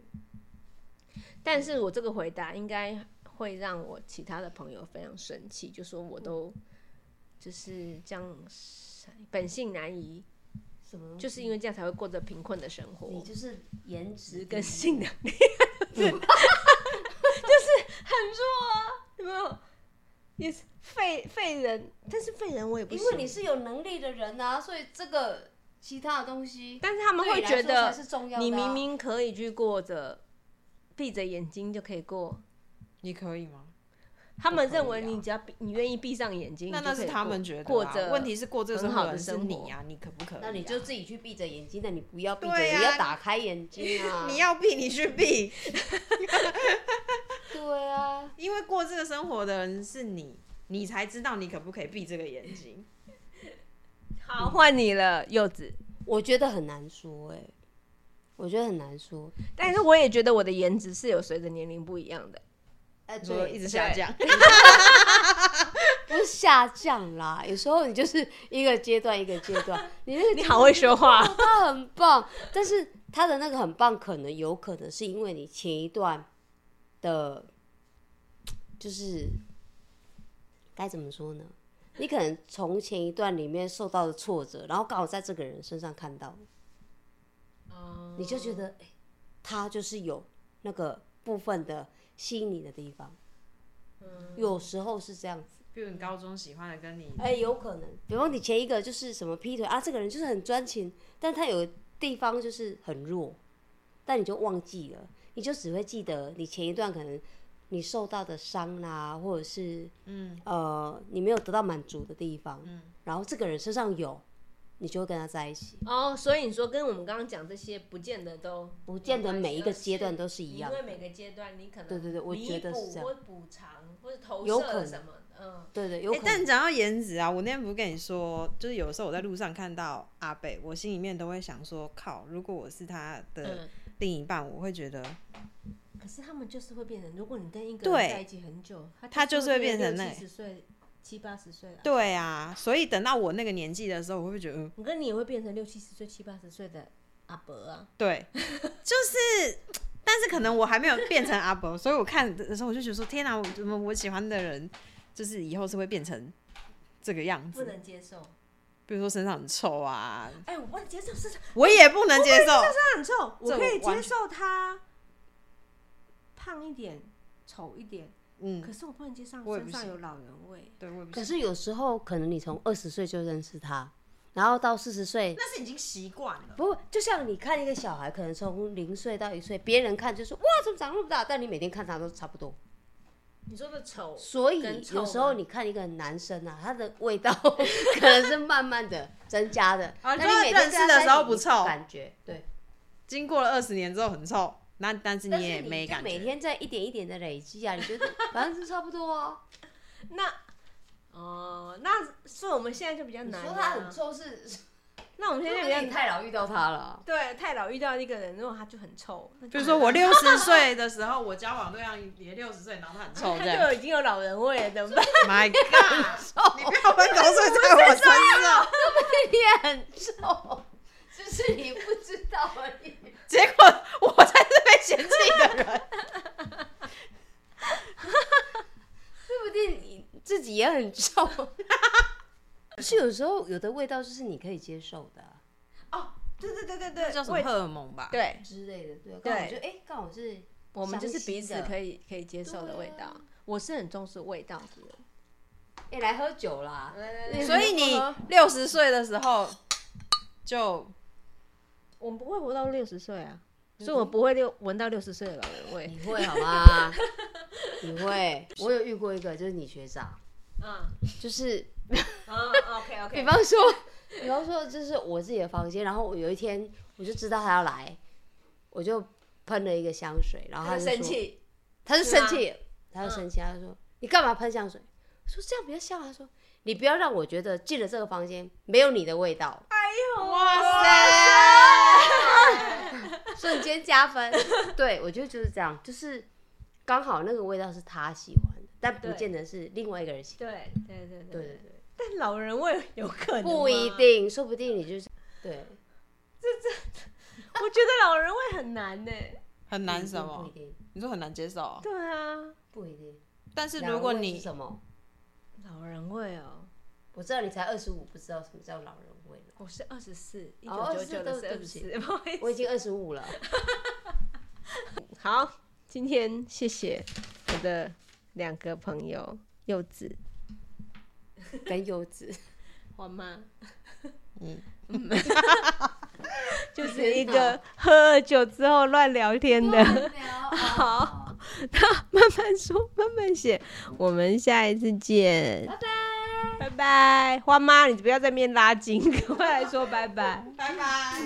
但是我这个回答应该会让我其他的朋友非常生气，就说我都就是这样本性难移，
什么
就是因为这样才会过着贫困的生
你
活，
就是颜值
跟
低
性 (laughs) 能力，就是很弱啊，有没有？也是废废人，但是废人我也不
因
行，
为你是有能力的人啊，所以这个其他的东西
但是他们
对
会
你来
觉
说
得
才是重要的啊、
你明明可以去过着闭着眼睛就可以过，
你可以吗？
他们
可以
认为
啊
你只要闭，你愿意闭上眼睛，
那
你就
那
可以
是他
过
们觉得、啊，
过着。
问题是过这个
很
生
好
活
的
人是
生活
你啊，你可不可以、
那你就自己去闭着眼睛，那你不要闭着，
对
眼，
啊
你要打开眼睛
(laughs)
啊！
你要避你去避，
对啊，
因为过这个生活的人是你，你才知道你可不可以闭这个眼睛。
好，换你了，柚子。
我觉得很难说哎、我觉得很难说。
但是我也觉得我的颜值是有随着年龄不一样
(laughs)
的，
哎、
你说
对，
一直下降，
(laughs) 不是下降啦，有时候你就是一个阶段一个阶段，你那个
你好会说话，
他很棒，但是他的那个很棒，可能有可能是因为你前一段的，就是该怎么说呢？你可能从前一段里面受到的挫折，然后刚好在这个人身上看到，哎你就觉得、诶他就是有那个部分的吸引你的地方。有时候是这样子。
(laughs) 比如你高中喜欢的跟你
(laughs) 哎、有可能。比方你前一个就是什么劈腿啊，这个人就是很专情，但他有地方就是很弱，但你就忘记了，你就只会记得你前一段可能你受到的伤啦、或者是嗯呃你没有得到满足的地方，嗯，然后这个人身上有，你就会跟他在一起，
哦，所以你说跟我们刚刚讲这些，不见得都
不见得每一个阶段都是一样
因。为每个阶段你可能
对对对我觉得是这
弥
样
补或补偿或者投
有可
射
能
什么的，嗯，
对对，有
欸
可能。
但讲到颜值啊，我那天不是跟你说，就是有时候我在路上看到阿北，我心里面都会想说，靠，如果我是他
嗯
的另一半，我会觉得
可是他们就是会变成，如果你跟一个
对
人在一起很久，
他
他
就是会变成那
七十岁、七八十岁了。
对啊。所以等到我那个年纪的时候，我会不会觉得，嗯，
我跟你也会变成六七十岁、七八十岁的阿伯啊，
对，就是。但是可能我还没有变成阿伯，所以我看的时候我就觉得说，天哪、我怎么我喜欢的人，就是以后是会变成这个样
不
子？
能接受。
比如说身上很臭啊，
哎、我不能接受是他
我也不能接受。
很臭，
这
我可以
我
接
完全
受他胖一点、丑一点，
嗯，
可是我不能接受
我也
身
不
上
行
有老人味。
对，我也不
可
行。
是有时候可能你从二十岁就认识他，然后到四十岁
那是已经习惯了。
不，就像你看一个小孩，可能从零岁到一岁，别人看就说哇，怎么长那么大？但你每天看他都差不多。
你说的丑，
所以
跟臭
有时候
吗
你看一个男生啊，他的味道 (laughs) 可能是慢慢的增加的。
啊
那
就是
你每天
认识
跟他
的
在
时
一
候
起
不
你
臭
感觉对，
经过了二十年之后很臭，那但是
但
你也
是
没
就
感
每
觉。
天在一点一点的累积啊，你觉得反正是差不多啊。
那哦、那是我们现在就比较
你
难、啊。
说他很臭是， (laughs)
那我们
因
现在就
为
比较
你太老遇到他了啊。
对太老遇到一个人，如果他就很臭，那就
比如说我六十岁的时候，我交往对象也六十岁，然后他很臭，这
他
样。
就已经有老人味了，怎么办？
My God！你不要喷口水在我身上。
(laughs) 你也很臭，只 (laughs) 是你不知道而已。
结果我才是被嫌弃的人。
说不定你自己也很臭。 (laughs) 是有时候有的味道就是你可以接受的啊、
哦，对对对对对，味
荷尔蒙吧？
对，
之类的，对啊，
对
刚好就哎，刚、好是
我们就是
伤心
彼此
的
可以可以接受的味道。
对
我是很重视味道的人。
哎、来喝酒啦，
对
所以你六十岁的时候就
我们不会活到六十岁啊，所以我不会六闻到六十岁的老人味。
你会好
(laughs)
吗？你会，我有遇过一个，就是你学长，
嗯
就是
嗯，OK
(laughs) 比
OK，
方说，比方说，就是我自己的房间，然后我有一天我就知道他要来，我就喷了一个香水，然后
他
就
就
说
生气，
他就是生
吗
气，他
嗯
就生气，他就说：“你干嘛喷香水？”我说：“这样比较像啊。”他说：“你不要让我觉得进了这个房间没有你的味道。
哇塞！”
瞬间加
(laughs)
分。对，我觉得就是这样，就是刚好那个味道是他喜欢的，但不
对
见得是另外一个人喜欢。
对对对
对对对，
但老人味有可能
不一
吗，
定，说不定你就是对，
我觉得老人味很难呢。
很难什
不一
么？
定，
你说很难接受啊？
对啊，
不一定。
但是
是
如果你
什么？
老人味哦，
我知道你才二十五，不知道什么叫老人味了。
我是二十四，一
哦
九九九的
24
是
对
二
不
十
起
四，不好意思
我已经二十
(laughs)
五了，
好，今天谢谢我的两个朋友柚子、
跟柚子，
黄妈，
嗯
嗯，就是一个喝了酒之后乱聊天的。
好，
慢慢说，慢慢写，我们下一次见，
拜拜。
拜拜。花妈，你不要在面拉筋， (laughs) 赶快来说拜拜。
拜拜。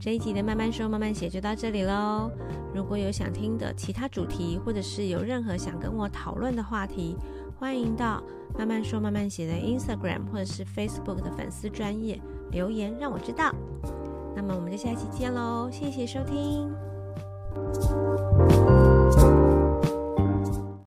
这一集的慢慢说慢慢写就到这里喽。如果有想听的其他主题，或者是有任何想跟我讨论的话题，欢迎到慢慢说慢慢写的 Instagram 或者是 Facebook 的粉丝专业留言让我知道。那么我们就下期见喽，谢谢收听。